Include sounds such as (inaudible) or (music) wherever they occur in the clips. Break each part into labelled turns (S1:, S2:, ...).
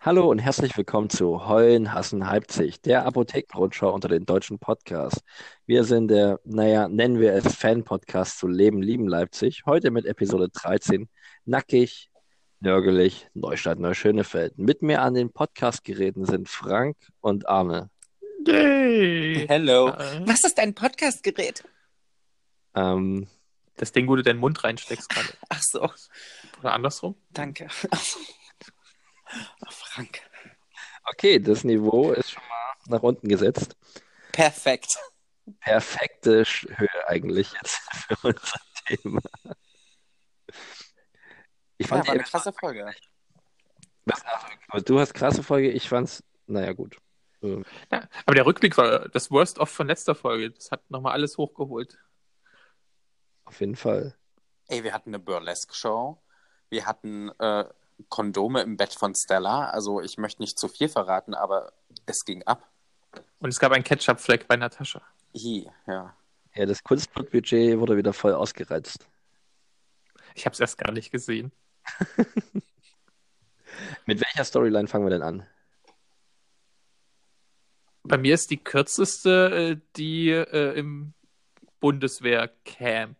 S1: Hallo und herzlich willkommen zu Heulen, Hassen, Halbzig, der Apothekenrundschau unter den deutschen Podcasts. Wir sind der, naja, nennen wir es Fan-Podcast zu Leben, Lieben Leipzig. Heute mit Episode 13, nackig, nörgelig, Neustadt, Neuschönefeld. Mit mir an den Podcastgeräten sind Frank und Arne.
S2: Yay.
S3: Hello.
S2: Äh,
S3: Was ist dein Podcastgerät?
S1: Ähm,
S2: Das Ding, wo du deinen Mund reinsteckst gerade.
S3: Ach so,
S2: Oder andersrum?
S3: danke. Ach, Frank.
S1: okay, das Niveau ist schon mal nach unten gesetzt.
S3: Perfekt.
S1: Perfekte Sch- Höhe eigentlich jetzt (laughs) für unser Thema. Ich
S3: Ja,
S1: fand
S3: war
S1: die
S3: eine krasse Folge.
S1: Was- ach, Du hast krasse Folge, ich fand's, naja, gut. Ähm,
S2: Ja. Aber der Rückblick war das Worst-of von letzter Folge. Das hat nochmal alles hochgeholt.
S1: Auf jeden Fall.
S3: Ey, wir hatten eine Burlesque-Show. Wir hatten äh, Kondome im Bett von Stella. Also ich möchte nicht zu viel verraten, aber es ging ab.
S2: Und es gab einen Ketchup-Fleck bei Natascha.
S3: Hi, ja.
S1: Ja, das Kunstbudget wurde wieder voll ausgereizt.
S2: Ich habe es erst gar nicht gesehen.
S1: Mit welcher Storyline fangen wir denn an?
S2: Bei mir ist die kürzeste äh, die äh, im Bundeswehr-Camp.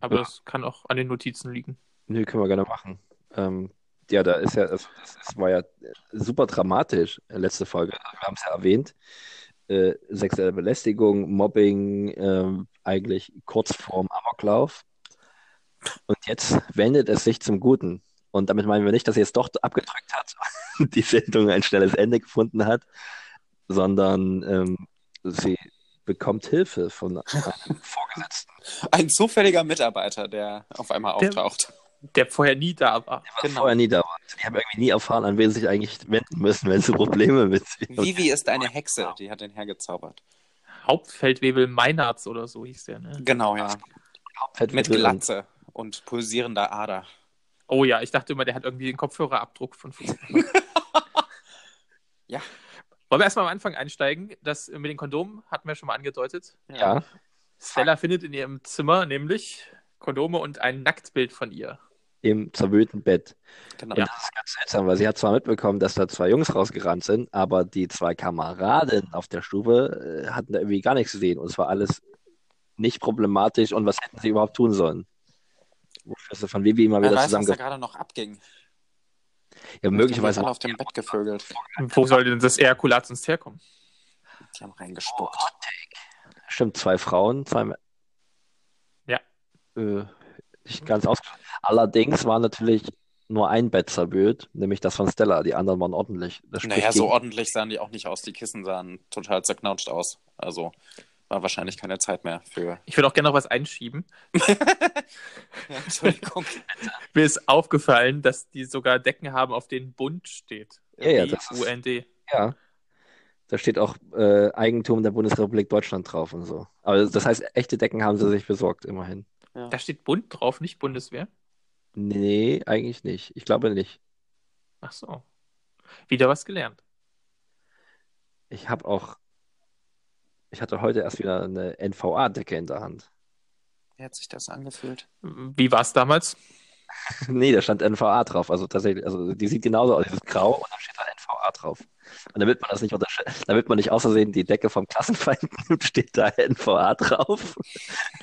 S2: Aber
S1: Ja.
S2: das kann auch an den Notizen liegen.
S1: Nö, können wir gerne machen. Ähm, ja, da ist ja, also das, das war ja super dramatisch, äh, letzte Folge. Wir haben es ja erwähnt. Äh, sexuelle Belästigung, Mobbing, ähm, eigentlich kurz vorm Amoklauf. Und jetzt wendet es sich zum Guten. Und damit meinen wir nicht, dass sie es doch abgedrückt hat (laughs) und die Sendung ein schnelles Ende gefunden hat, sondern ähm, sie bekommt Hilfe von einem Vorgesetzten.
S3: Ein zufälliger Mitarbeiter, der auf einmal
S2: Der-
S3: auftaucht.
S2: Der vorher nie da war.
S1: Der war
S3: Genau.
S1: vorher nie da. Ich habe irgendwie nie erfahren, an wen sie sich eigentlich wenden müssen, wenn sie Probleme mit sich haben.
S3: Vivi ist eine Hexe, die hat den hergezaubert.
S2: Hauptfeldwebel Meinarts oder so hieß der, ne?
S3: Genau, ja. Mit
S1: Hauptfeldwebel und-
S3: Glatze und pulsierender Ader.
S2: Oh ja, ich dachte immer, der hat irgendwie den Kopfhörerabdruck von früher.
S1: (laughs)
S3: Ja.
S2: Wollen wir erstmal am Anfang einsteigen? Das mit den Kondomen hatten wir schon mal angedeutet.
S1: Ja,
S2: Stella findet in ihrem Zimmer nämlich Kondome und ein Nacktbild von ihr.
S1: im zerwühlten Bett.
S3: Genau.
S1: Und das ist ganz seltsam, weil sie hat zwar mitbekommen, dass da zwei Jungs rausgerannt sind, aber die zwei Kameraden auf der Stufe äh, hatten da irgendwie gar nichts gesehen. Und es war alles nicht problematisch. Und was hätten sie überhaupt tun sollen? Wofür sie von Vivi immer wieder
S3: Wer weiß, was da
S1: zusammengefasst.
S3: gerade noch abging.
S1: Ja,
S3: Die
S1: möglicherweise
S3: haben alle auf dem Bett gevögelt.
S1: genau.
S2: Wo soll denn das Ejakulat sonst herkommen?
S3: Die haben reingespuckt.
S1: Oh, Stimmt, zwei Frauen, zwei Männer.
S2: Ja.
S1: Äh, nicht ganz ausgeschlossen. Allerdings war natürlich nur ein Bett zerwühlt, nämlich das von Stella. Die anderen waren ordentlich. Das spricht
S3: Naja, so
S1: gegen-
S3: ordentlich sahen die auch nicht aus. Die Kissen sahen total zerknautscht aus. Also war wahrscheinlich keine Zeit mehr für.
S2: Ich würde auch gerne noch was einschieben.
S3: (laughs) Ja, Entschuldigung.
S2: Mir ist aufgefallen, dass die sogar Decken haben, auf denen Bund steht.
S1: Ja, ja, das ist-
S2: UND.
S1: Ja, da steht auch äh, Eigentum der Bundesrepublik Deutschland drauf und so. Aber das heißt, echte Decken haben sie sich besorgt, immerhin.
S3: ja.
S2: Da steht Bund drauf, nicht Bundeswehr.
S1: Nee, eigentlich nicht. Ich glaube nicht.
S2: Ach so. Wieder was gelernt.
S1: Ich habe auch, ich hatte heute erst wieder eine NVA-Decke in der Hand.
S3: Wie hat sich das angefühlt?
S2: Wie war es damals?
S1: Nee, da stand NVA drauf. Also tatsächlich, also die sieht genauso aus, dieses Grau und da steht da NVA drauf. Und damit man das nicht untersch damit man nicht außersehen die Decke vom Klassenfeind (laughs) nimmt, steht da NVA drauf.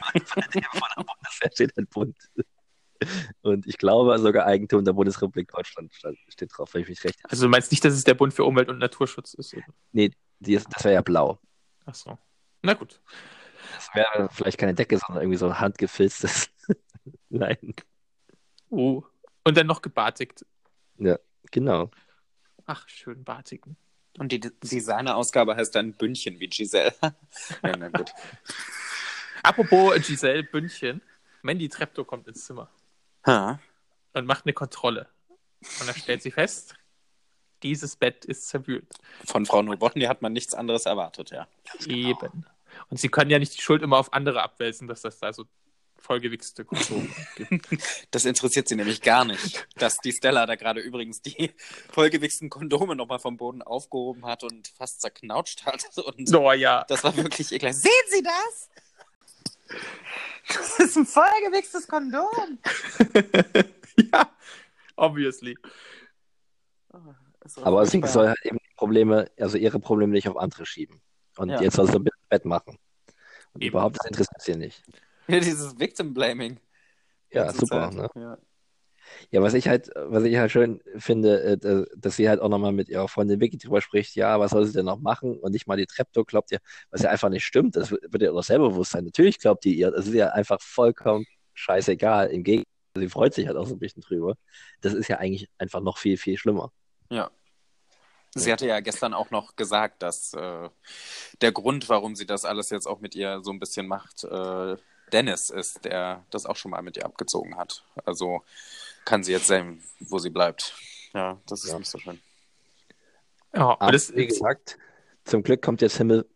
S1: (laughs) Und von der von der Bundeswehr steht ein Bund. Und ich glaube sogar Eigentum der Bundesrepublik Deutschland stand- steht drauf, wenn ich mich recht.
S2: Also du meinst nicht, dass es der Bund für Umwelt und Naturschutz ist? Oder?
S1: Nee, die ist, das wäre ja blau.
S2: Ach so. Na gut.
S1: Das wäre vielleicht keine Decke, sondern irgendwie so ein handgefilztes (laughs) Leinen.
S2: Uh. Und dann noch gebartigt.
S1: Genau.
S2: Ach, schön bartigen.
S3: Und die Designer-Ausgabe heißt dann Bündchen wie Giselle. (laughs) ja, na gut.
S2: Apropos Giselle Bündchen. Mandy Treptow kommt ins Zimmer
S3: Ha.
S2: und macht eine Kontrolle. Und dann stellt sie fest, dieses Bett ist zerwühlt.
S3: Von Frau Nobotny hat man nichts anderes erwartet, ja.
S2: Eben. Und sie können ja nicht die Schuld immer auf andere abwälzen, dass das da so vollgewichste Kondome
S1: (laughs)
S2: gibt.
S3: Das interessiert sie nämlich gar (laughs) nicht, dass die Stella da gerade übrigens die vollgewichsten Kondome nochmal vom Boden aufgehoben hat und fast zerknautscht hat. Und
S1: Oh
S2: So, (laughs) ja.
S3: Das war wirklich ekelhaft. Sehen Sie das? Das ist ein vollgewichstes Kondom.
S2: ja, obviously.
S3: ist
S1: Aber sie
S3: furchtbar.
S1: soll halt eben die Probleme, also ihre Probleme nicht auf andere schieben. Und
S3: Ja.
S1: jetzt soll sie ein bisschen Bett machen. Und
S2: Eben.
S1: überhaupt, das interessiert sie nicht.
S3: Ja, dieses Victim Blaming.
S1: Ja,
S3: Ganze
S1: super,
S3: Zeit.
S1: ne?
S3: Ja.
S1: Ja, was ich halt, was ich halt schön finde, äh, da- dass sie halt auch nochmal mit ihrer Freundin Vicky drüber spricht, ja, was soll sie denn noch machen? Und nicht mal die Treptow glaubt ihr, was ja einfach nicht stimmt, das wird ihr doch selber bewusst sein. Natürlich glaubt die ihr, das ist ja einfach vollkommen scheißegal. Im Gegenteil, sie freut sich halt auch so ein bisschen drüber. Das ist ja eigentlich einfach noch viel, viel schlimmer.
S3: Sie hatte ja gestern auch noch gesagt, dass äh, der Grund, warum sie das alles jetzt auch mit ihr so ein bisschen macht, äh, Dennis ist, der das auch schon mal mit ihr abgezogen hat. Also kann sie jetzt sehen, wo sie bleibt. Ja, das ist
S1: Ja.
S3: nicht so schön.
S2: Ja, aber
S1: Aber
S2: das,
S1: wie gesagt, zum Glück kommt jetzt Himmel,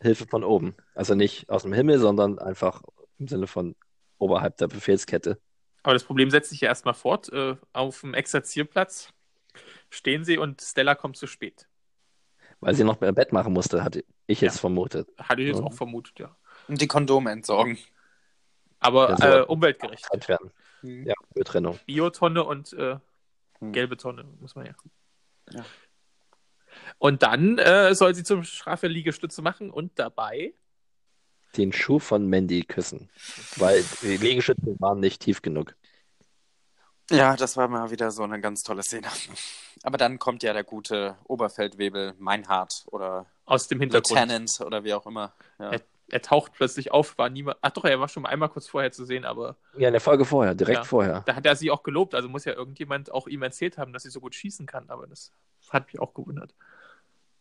S1: Hilfe von oben. Also nicht aus dem Himmel, sondern einfach im Sinne von oberhalb der Befehlskette.
S2: aber das Problem setzt sich ja erstmal fort. Äh, auf dem Exerzierplatz stehen sie und Stella kommt zu spät.
S1: Weil sie noch mehr Bett machen musste, hatte ich jetzt vermutet.
S2: Hatte ich jetzt
S1: Mhm.
S2: auch vermutet, ja.
S3: Und die Kondome entsorgen.
S2: Aber
S1: Ja, so.
S2: äh, umweltgerecht.
S1: Zeit Halt werden. Ja, Mülltrennung.
S2: Biotonne und äh,
S3: Hm.
S2: gelbe Tonne, muss man ja.
S3: Ja.
S2: Und dann äh, soll sie zum Strafe Liegestütze machen und dabei
S1: Den Schuh von Mandy küssen. Weil die Liegestütze waren nicht tief genug.
S3: Ja, das war mal wieder so eine ganz tolle Szene. (laughs) Aber dann kommt ja der gute Oberfeldwebel Meinhard oder
S2: aus dem Hintergrund.
S3: Lieutenant oder wie auch immer. Ja.
S2: Er taucht plötzlich auf, war niemand. Ach doch, er war schon einmal kurz vorher zu sehen, aber
S1: Ja, in der Folge vorher, direkt
S2: Ja.
S1: vorher.
S2: da hat er sie auch gelobt. Also muss ja irgendjemand auch ihm erzählt haben, dass sie so gut schießen kann. Aber das hat mich auch gewundert.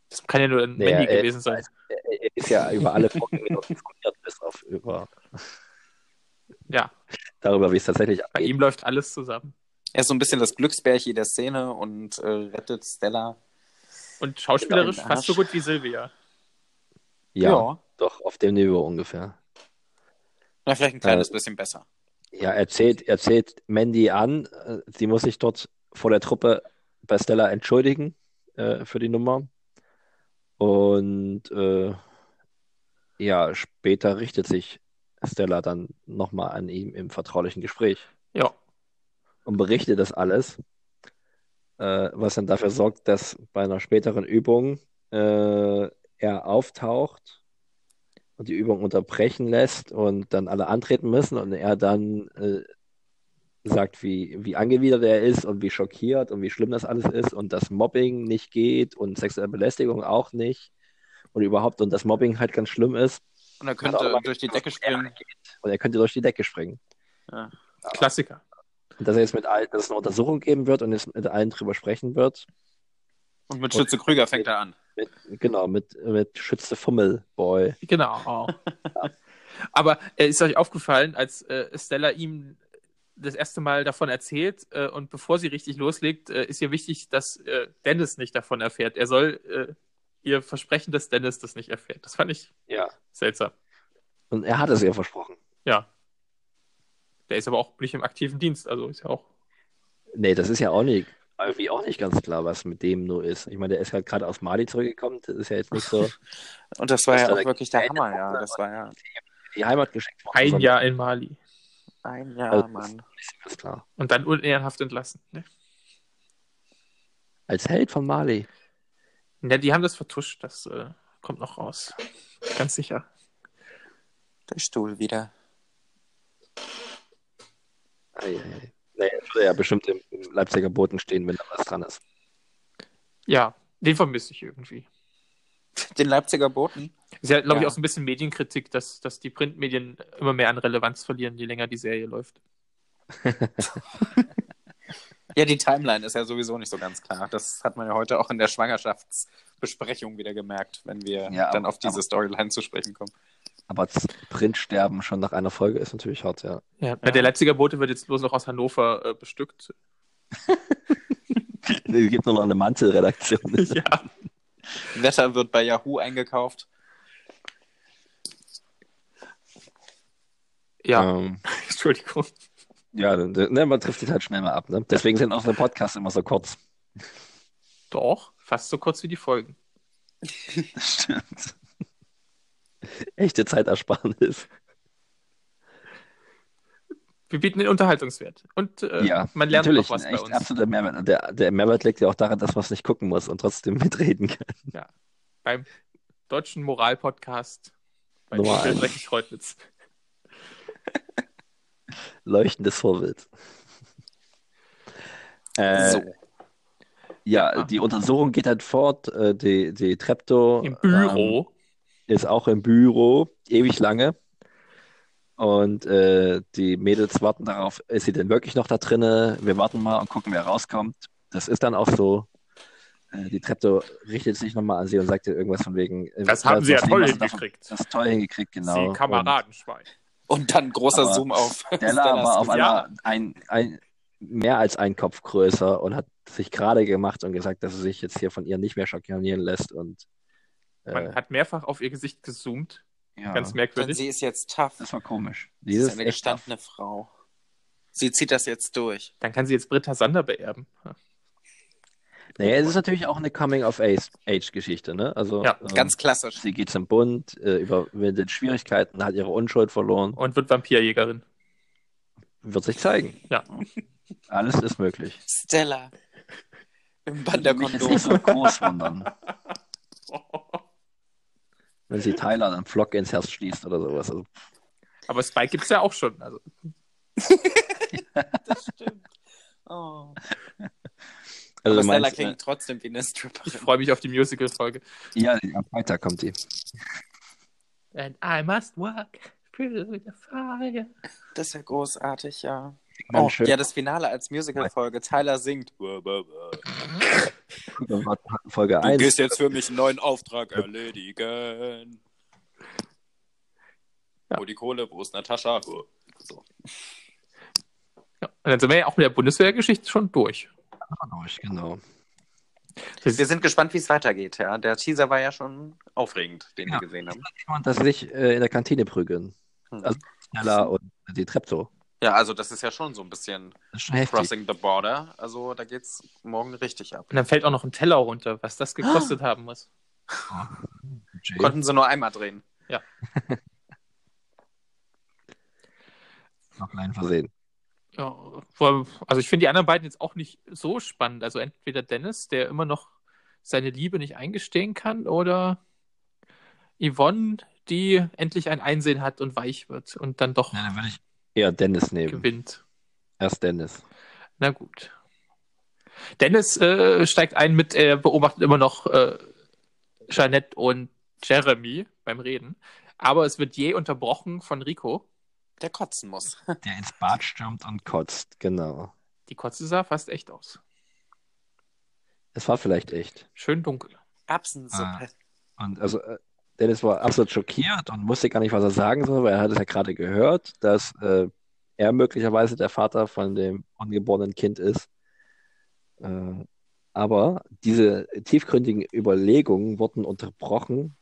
S2: Das kann ja nur ein
S1: Nee,
S2: Mandy
S1: äh,
S2: gewesen sein.
S1: Er ist ja über alle Vorgänge noch diskutiert, (laughs) bis auf über,
S2: Ja,
S1: darüber, wie es tatsächlich
S2: bei
S1: abgeht.
S2: ihm läuft alles zusammen.
S3: Er ist so ein bisschen das Glücksbärchen der Szene und äh, rettet Stella.
S2: Und schauspielerisch
S3: Genau,
S2: fast so
S3: Arsch.
S2: gut wie Silvia.
S1: Ja, doch auf dem Niveau ungefähr.
S3: Na, vielleicht ein kleines
S1: Äh,
S3: bisschen besser.
S1: Ja, er zählt, er zählt Mandy an. äh, Sie muss sich dort vor der Truppe bei Stella entschuldigen äh, für die Nummer. Und äh, ja, später richtet sich Stella dann nochmal an ihm im vertraulichen Gespräch
S2: Ja.
S1: und berichtet das alles, äh, was dann dafür sorgt, dass bei einer späteren Übung äh, er auftaucht und die Übung unterbrechen lässt und dann alle antreten müssen und er dann äh, sagt, wie, wie angewidert er ist und wie schockiert und wie schlimm das alles ist und dass Mobbing nicht geht und sexuelle Belästigung auch nicht und überhaupt und dass Mobbing halt ganz schlimm ist
S3: Und er
S1: Hat
S3: könnte
S1: aber-
S3: durch die Decke springen.
S1: und er könnte durch die Decke springen.
S2: Klassiker.
S1: Und dass er jetzt mit allen, dass es eine Untersuchung geben wird und jetzt mit allen drüber sprechen wird.
S3: Und mit Schütze Krüger fängt er an.
S1: Mit, genau, mit, mit Schütze Fummelboy.
S2: Genau. Aber äh, ist euch aufgefallen, als äh, Stella ihm das erste Mal davon erzählt äh, und bevor sie richtig loslegt, äh, ist ihr wichtig, dass äh, Dennis nicht davon erfährt. Er soll äh, ihr versprechen, dass Dennis das nicht erfährt. Das fand ich
S1: Ja.
S2: seltsam.
S1: Und er hat es ihr versprochen.
S2: Ja. Der ist aber auch nicht im aktiven Dienst, also ist ja auch.
S1: Nee, das ist ja auch nicht, irgendwie auch nicht ganz klar, was mit dem nur ist. Ich meine, der ist halt gerade aus Mali zurückgekommen. Das ist ja jetzt nicht (laughs) so
S3: Und das war
S1: Das
S3: ja
S1: war
S3: auch
S1: der
S3: wirklich der
S1: kleine
S3: Hammer, ja.
S1: Wunder.
S3: Das war ja
S1: die Heimat geschenkt worden,
S2: Ein
S1: sondern
S2: Jahr in Mali
S3: ein Jahr,
S1: Also-
S3: Mann.
S1: ist ganz klar.
S2: und dann unehrenhaft entlassen. Ne?
S1: Als Held von Mali.
S2: Ja, die haben das vertuscht, das äh, kommt noch raus. Ganz sicher.
S3: Der Stuhl wieder.
S1: Ei, ei, ei. Naja, er würde ja bestimmt im, im Leipziger Boden stehen, wenn da was dran ist.
S2: Ja, den vermisse ich irgendwie.
S3: Den Leipziger Boten.
S2: Ist ja, glaube ich,
S3: Ja.
S2: auch so ein bisschen Medienkritik, dass, dass die Printmedien immer mehr an Relevanz verlieren, je länger die Serie läuft.
S3: Ja, die Timeline ist ja sowieso nicht so ganz klar. Das hat man ja heute auch in der Schwangerschaftsbesprechung wieder gemerkt, wenn wir
S1: Ja,
S3: dann
S1: aber-
S3: auf diese Storyline zu sprechen kommen.
S1: Aber das Printsterben schon nach einer Folge ist natürlich hart, ja.
S2: Ja, Der Leipziger Bote wird jetzt bloß noch aus Hannover äh, bestückt.
S1: (laughs) Es gibt nur noch eine Mantelredaktion.
S2: ja.
S3: Wetter wird bei Yahoo eingekauft.
S2: (laughs) Ja,
S1: Ähm,
S2: (laughs) Entschuldigung.
S1: Ja, dann- dann- ne, man trifft sich halt schnell mal ab. Ne? Deswegen sind unsere Podcasts immer so kurz.
S2: Doch, fast so kurz wie die Folgen.
S1: Das stimmt. Echte Zeitersparnis.
S2: Wir bieten den Unterhaltungswert. Und äh,
S1: Ja,
S2: man lernt
S1: natürlich,
S2: noch was
S1: ein
S2: bei
S1: echt
S2: uns.
S1: absoluter Mehrwert. Und der, der Mehrwert liegt ja auch daran, dass man es nicht gucken muss und trotzdem (laughs) mitreden kann.
S2: Beim deutschen Moral-Podcast bei
S1: Nummer eins.
S2: Schildreich-Kreutnitz.
S1: Leuchtendes Vorbild. Äh,
S3: so.
S1: Ja,
S2: Ja.
S1: die Untersuchung geht halt fort. Äh, die, die Treptow
S2: Im
S1: ähm,
S2: Büro.
S1: ist auch im Büro, ewig lange. Und äh, die Mädels warten darauf, ist sie denn wirklich noch da drinne? Wir warten mal und gucken, wer rauskommt. Das ist dann auch so. Äh, die Treptow richtet sich nochmal an sie und sagt ihr irgendwas von wegen. äh,
S2: das haben sie ja
S1: was
S2: toll
S1: was sie davon-
S2: hingekriegt.
S1: Das ist toll hingekriegt, genau.
S2: Sie Kameradenschwein.
S3: Und dann großer
S1: Aber
S3: Zoom auf
S1: Und Stella war auf
S3: Skin.
S1: einmal ein, ein, mehr als ein Kopf größer und hat sich gerade gemacht und gesagt, dass sie sich jetzt hier von ihr nicht mehr schockieren lässt. Und äh,
S2: Man hat mehrfach auf ihr Gesicht gezoomt.
S1: ja,
S2: Ganz
S3: Denn
S2: merkwürdig.
S3: sie ist jetzt tough.
S1: das war komisch.
S3: Sie ist
S1: Dieses
S3: eine gestandene Frau. Sie zieht das jetzt durch.
S2: Dann kann sie jetzt Britta Sander beerben.
S1: Naja, es ist natürlich auch eine Coming-of-Age-Geschichte, ne? Also,
S2: Ja,
S1: ähm,
S3: Ganz klassisch.
S1: sie geht zum Bund, äh, überwindet Schwierigkeiten, hat ihre Unschuld verloren,
S2: Und wird Vampirjägerin.
S1: wird sich zeigen.
S2: Ja.
S1: Alles ist möglich.
S3: Stella. Im Band der
S1: Würde mich jetzt nicht
S3: (laughs) Kondome.
S1: so groß wundern, (laughs) wenn sie Tyler dann Flock ins Herz schließt oder sowas. Also,
S2: Aber Spike gibt es ja auch schon. Also,
S3: Das stimmt.
S1: also
S3: Oh. Aber
S1: du
S3: Stella
S1: meinst,
S3: klingt trotzdem wie eine Stripperin.
S2: (laughs) ich freue mich auf die Musical-Folge.
S1: äh, ja, am Freitag kommt die.
S2: And I must walk through the fire.
S3: Das ist ja großartig, ja.
S1: Dann
S3: Oh,
S1: schön
S3: ja, das Finale als Musical-Folge. Tyler singt. Du
S1: gucken, was Folge 1.
S3: gehst jetzt für mich einen neuen Auftrag erledigen.
S2: Ja.
S3: Wo die Kohle, wo ist Natascha? So.
S2: Ja. Und dann sind wir ja auch mit der Bundeswehrgeschichte schon durch.
S1: Genau.
S3: Wir sind gespannt, wie es weitergeht, ja. Der Teaser war ja schon aufregend, den
S1: Ja.
S3: wir gesehen haben.
S1: Und dass sie sich äh, in der Kantine prügeln. Also- Schneller und die Treptow.
S3: Ja, also das ist ja schon so ein bisschen
S1: Das ist schon heftig.
S3: Crossing the Border. Also da geht's morgen richtig ab.
S2: Und dann fällt auch noch ein Teller runter, was das (gasps) gekostet haben muss.
S1: Jay.
S3: Konnten sie nur einmal drehen.
S1: Noch ein Versehen.
S2: Ja, vor- also ich finde die anderen beiden jetzt auch nicht so spannend. Also entweder Dennis, der immer noch seine Liebe nicht eingestehen kann, oder Yvonne, die endlich ein Einsehen hat und weich wird und dann doch
S1: Ja, dann würde ich eher Dennis nehmen.
S2: gewinnt.
S1: Erst Dennis.
S2: Na gut. Dennis äh, steigt ein mit, er beobachtet immer noch äh, Jeanette und Jeremy beim Reden. Aber es wird je unterbrochen von Rico.
S3: Der kotzen muss.
S1: Der ins Bad stürmt und kotzt. Genau.
S2: Die Kotze sah fast echt aus.
S1: Es war vielleicht echt.
S2: Schön dunkel.
S3: Erbsensuppe.
S1: Und also äh, Dennis war absolut schockiert und wusste gar nicht, was er sagen soll, weil er hat es ja gerade gehört, dass äh, er möglicherweise der Vater von dem ungeborenen Kind ist. Äh, aber diese tiefgründigen Überlegungen wurden unterbrochen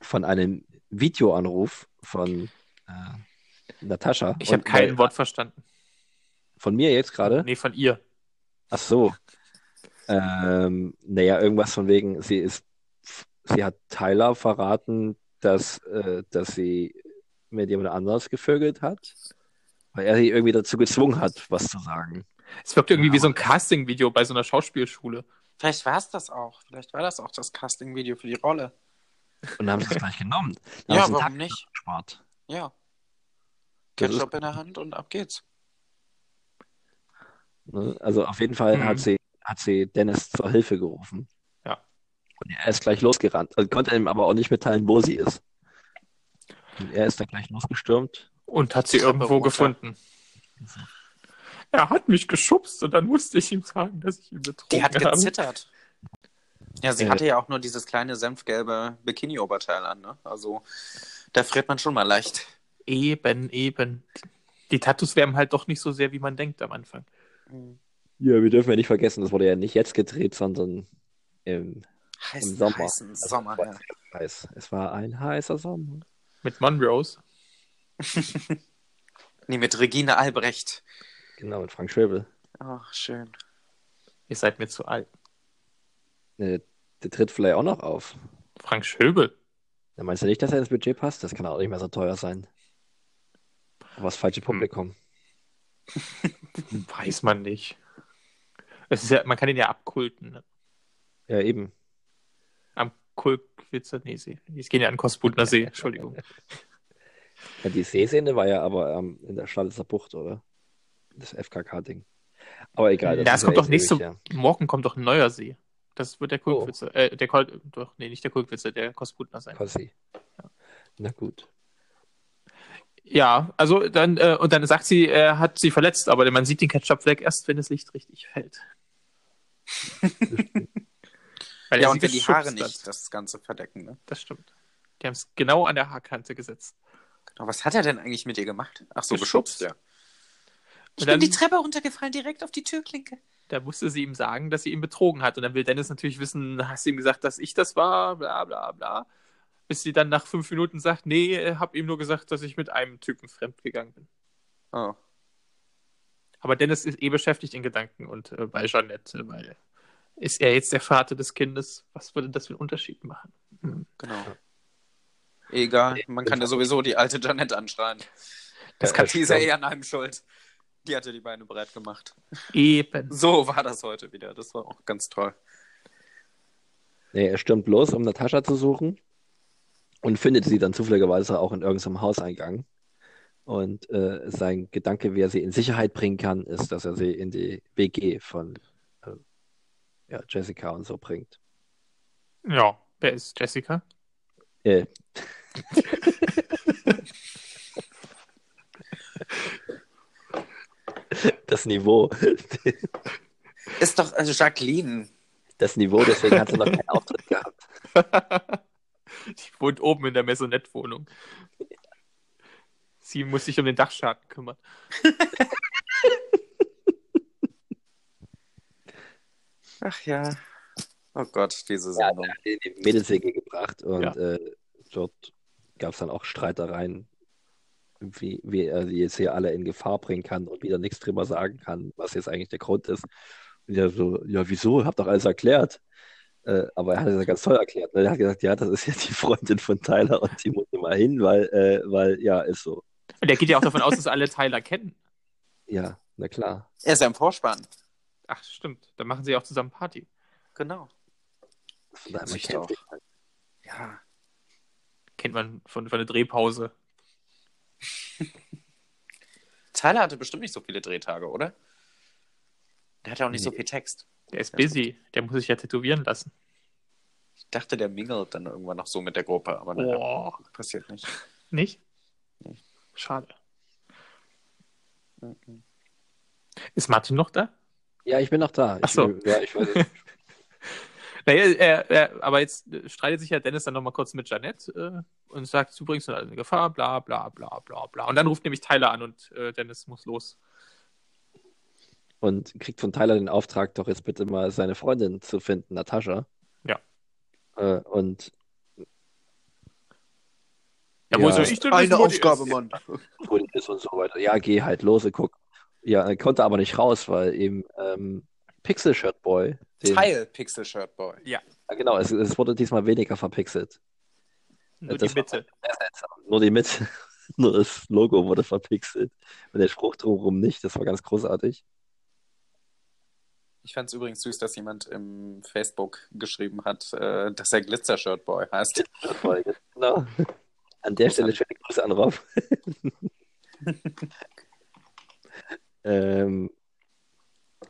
S1: von einem Videoanruf von äh, Natascha.
S2: Ich habe
S1: Und
S2: kein
S1: weil-
S2: Wort verstanden.
S1: Von mir jetzt gerade?
S2: Nee, von ihr.
S1: Ach so. Ähm, naja, irgendwas von wegen, sie ist, sie hat Tyler verraten, dass, äh, dass sie mit jemand anders gevögelt hat, weil er sie irgendwie dazu gezwungen hat, was zu sagen.
S2: Es wirkt irgendwie
S1: Ja,
S2: wie so ein Casting-Video bei so einer Schauspielschule.
S3: Vielleicht war es das auch. Vielleicht war das auch das Casting-Video für die Rolle.
S1: Und dann haben sie es gleich genommen. Dann
S3: Ja,
S1: haben sie einen
S3: warum
S1: Tag
S3: nicht?
S1: gespart.
S3: Ja.
S1: Das
S3: Ketchup in der Hand und ab geht's.
S1: Ne? Also auf jeden Fall
S2: Mhm.
S1: hat sie, hat sie Dennis zur Hilfe gerufen.
S2: Ja.
S1: Und er ist gleich losgerannt und konnte ihm aber auch nicht mitteilen, wo sie ist. Und er ist dann gleich losgestürmt.
S2: Und hat sie
S3: Treppe
S2: irgendwo
S3: runter.
S2: gefunden. Er hat mich geschubst und dann musste ich ihm sagen, dass ich ihn betrogen
S3: Die hat
S2: habe.
S3: gezittert. Ja, sie
S1: Äh.
S3: hatte ja auch nur dieses kleine senfgelbe Bikini-Oberteil an, ne? Also da friert man schon mal leicht.
S2: Eben, eben. Die Tattoos wärmen halt doch nicht so sehr, wie man denkt am Anfang.
S3: Mhm.
S1: Ja, wir dürfen ja nicht vergessen, das wurde ja nicht jetzt gedreht, sondern im
S3: Heißen,
S1: Im Sommer.
S3: heißen Sommer, ja.
S1: Eis. Es war ein heißer Sommer.
S2: Mit Monrose.
S3: Nee, mit Regine Albrecht.
S1: Genau, mit Frank Schwebel.
S3: Ach, schön.
S2: Ihr seid mir zu alt.
S1: Ne, der tritt vielleicht auch noch auf.
S2: Frank Schöbel.
S1: Da meinst du nicht,
S2: Hm.
S1: dass er ins Budget passt? Das kann auch nicht mehr so teuer sein. Aber das falsche Publikum.
S2: Weiß man nicht. Es ist ja, man kann ihn ja abkulten. Ne?
S1: Ja, eben.
S2: Am Kulkwitzer, nee, See. Jetzt gehen ja an Kosputner See, Entschuldigung.
S1: (laughs) Ja, die Seesehne war ja aber ähm, in der Schlalitzer Bucht, oder? Das FKK-Ding. Aber egal.
S2: Na, es
S1: ist
S2: kommt
S1: ja
S2: doch
S1: jetzt
S2: nächste
S1: ewig her.
S2: Morgen kommt doch ein neuer See. Das wird der Kulkwitzer. Äh, der Kol doch, nee, nicht der Kulkwitzer, der Kosputner sein.
S1: Kossi. Na gut.
S2: Ja, also dann, äh, und dann sagt sie, er hat sie verletzt, aber man sieht den Ketchup-Fleck erst, wenn das Licht richtig fällt. (laughs) Weil
S3: Ja,
S2: er
S3: und
S2: sie
S3: wenn die Haare
S2: geschubst hat.
S3: nicht das Ganze verdecken, ne?
S2: Das stimmt. Die haben es genau an der Haarkante gesetzt.
S3: Genau, was hat er denn eigentlich mit ihr gemacht? Ach so,
S2: Geschubst.
S3: geschubst, ja.
S2: Und dann,
S3: Treppe runtergefallen, direkt auf die Türklinke.
S2: da musste sie ihm sagen, dass sie ihn betrogen hat. Und dann will Dennis natürlich wissen, hast du ihm gesagt, dass ich das war, bla bla bla. Bis sie dann nach fünf Minuten sagt, nee, hab ihm nur gesagt, dass ich mit einem Typen fremdgegangen bin.
S3: Oh.
S2: Aber Dennis ist eh beschäftigt in Gedanken und äh, bei Jeanette, weil ist er jetzt der Vater des Kindes? Was würde das für einen Unterschied machen?
S3: Genau. Egal, man kann ja sowieso die alte Janette anschreien.
S2: Das
S1: Ja,
S2: kann
S1: das
S3: Die ist ja
S1: stimmt.
S3: eh an einem schuld. Die hatte die Beine breit gemacht.
S2: eben.
S3: So war das heute wieder. Das war auch ganz toll.
S1: Nee, er stürmt los, um Natascha zu suchen und findet sie dann zufälligerweise auch in irgendeinem Hauseingang. Und äh, sein Gedanke, wie er sie in Sicherheit bringen kann, ist, dass er sie in die WG von äh, ja, Jessica und so bringt.
S2: Ja, wer ist Jessica?
S1: Äh, das Niveau, (laughs)
S3: Ist doch also Jacqueline.
S1: das Niveau, deswegen hat sie noch keinen Auftritt gehabt.
S2: Die wohnt oben in der Maisonette-Wohnung. Sie muss sich um den Dachschaden kümmern.
S3: Ach ja. Oh Gott, diese
S1: Ja,
S3: Sendung.
S1: der hat sie in die Mädels-WG gebracht und
S2: Ja.
S1: äh, dort gab es dann auch Streitereien, wie, wie er sie jetzt hier alle in Gefahr bringen kann und wieder nichts drüber sagen kann, was jetzt eigentlich der Grund ist. Und ja, so, ja, wieso? Hab doch alles erklärt. Äh, aber er hat es ja ganz toll erklärt. Ne? Er hat gesagt, ja, das ist ja die Freundin von Tyler und die muss immer hin, weil, äh, weil, ja, ist so.
S2: Und er geht ja auch davon aus, dass alle Tyler kennen.
S1: Ja, na klar.
S3: Er ist ja im Vorspann.
S2: Ach, stimmt. Dann machen sie auch zusammen Party.
S3: Genau.
S1: Von daher,
S3: Muss
S1: man
S3: ich
S1: kennt
S3: doch.
S1: sich. halt.
S3: Ja.
S2: Kennt man von, von der Drehpause.
S3: Tyler hatte bestimmt nicht so viele Drehtage, oder? Der hatte auch nicht so
S1: Nee.
S3: viel Text.
S2: Der ist busy. Der muss sich ja tätowieren lassen.
S3: Ich dachte, der mingelt dann irgendwann noch so mit der Gruppe, aber naja,
S2: Boah.
S3: passiert nicht.
S2: Nicht? Mhm. Schade. Ist Martin noch da?
S1: Ja, ich bin noch da.
S2: Ach so.
S1: Ich, ja, ich weiß nicht.
S2: Naja, er, er, aber jetzt äh, streitet sich ja Dennis dann nochmal kurz mit Janette äh, und sagt, du bringst uns alle in Gefahr, bla bla bla bla bla. Und dann ruft nämlich Tyler an und äh, Dennis muss los.
S1: und kriegt von Tyler den Auftrag, doch jetzt bitte mal seine Freundin zu finden, Natascha.
S2: Ja.
S1: Äh, und
S2: Ja, wo
S1: Ja.
S2: soll ich denn wissen, wo die ist?
S3: Mann.
S1: Grund ist und so weiter. Ja, geh halt los und guck. Ja, er konnte aber nicht raus, weil eben ähm, Pixel Shirt Boy. Den,
S3: Teil Pixel Shirt Boy.
S1: Ja, genau, es, es wurde diesmal weniger verpixelt.
S2: Nur die
S1: Das war-
S2: Bitte.
S1: Nur die Mitte, (laughs) nur das Logo wurde verpixelt. Und der Spruch drumherum nicht. Das war ganz großartig.
S3: Ich fand es übrigens süß, dass jemand im Facebook geschrieben hat, äh, dass er Glitzer Shirt Boy heißt.
S1: Das war- genau. An der Stelle schöne Grüße an Rob. ähm,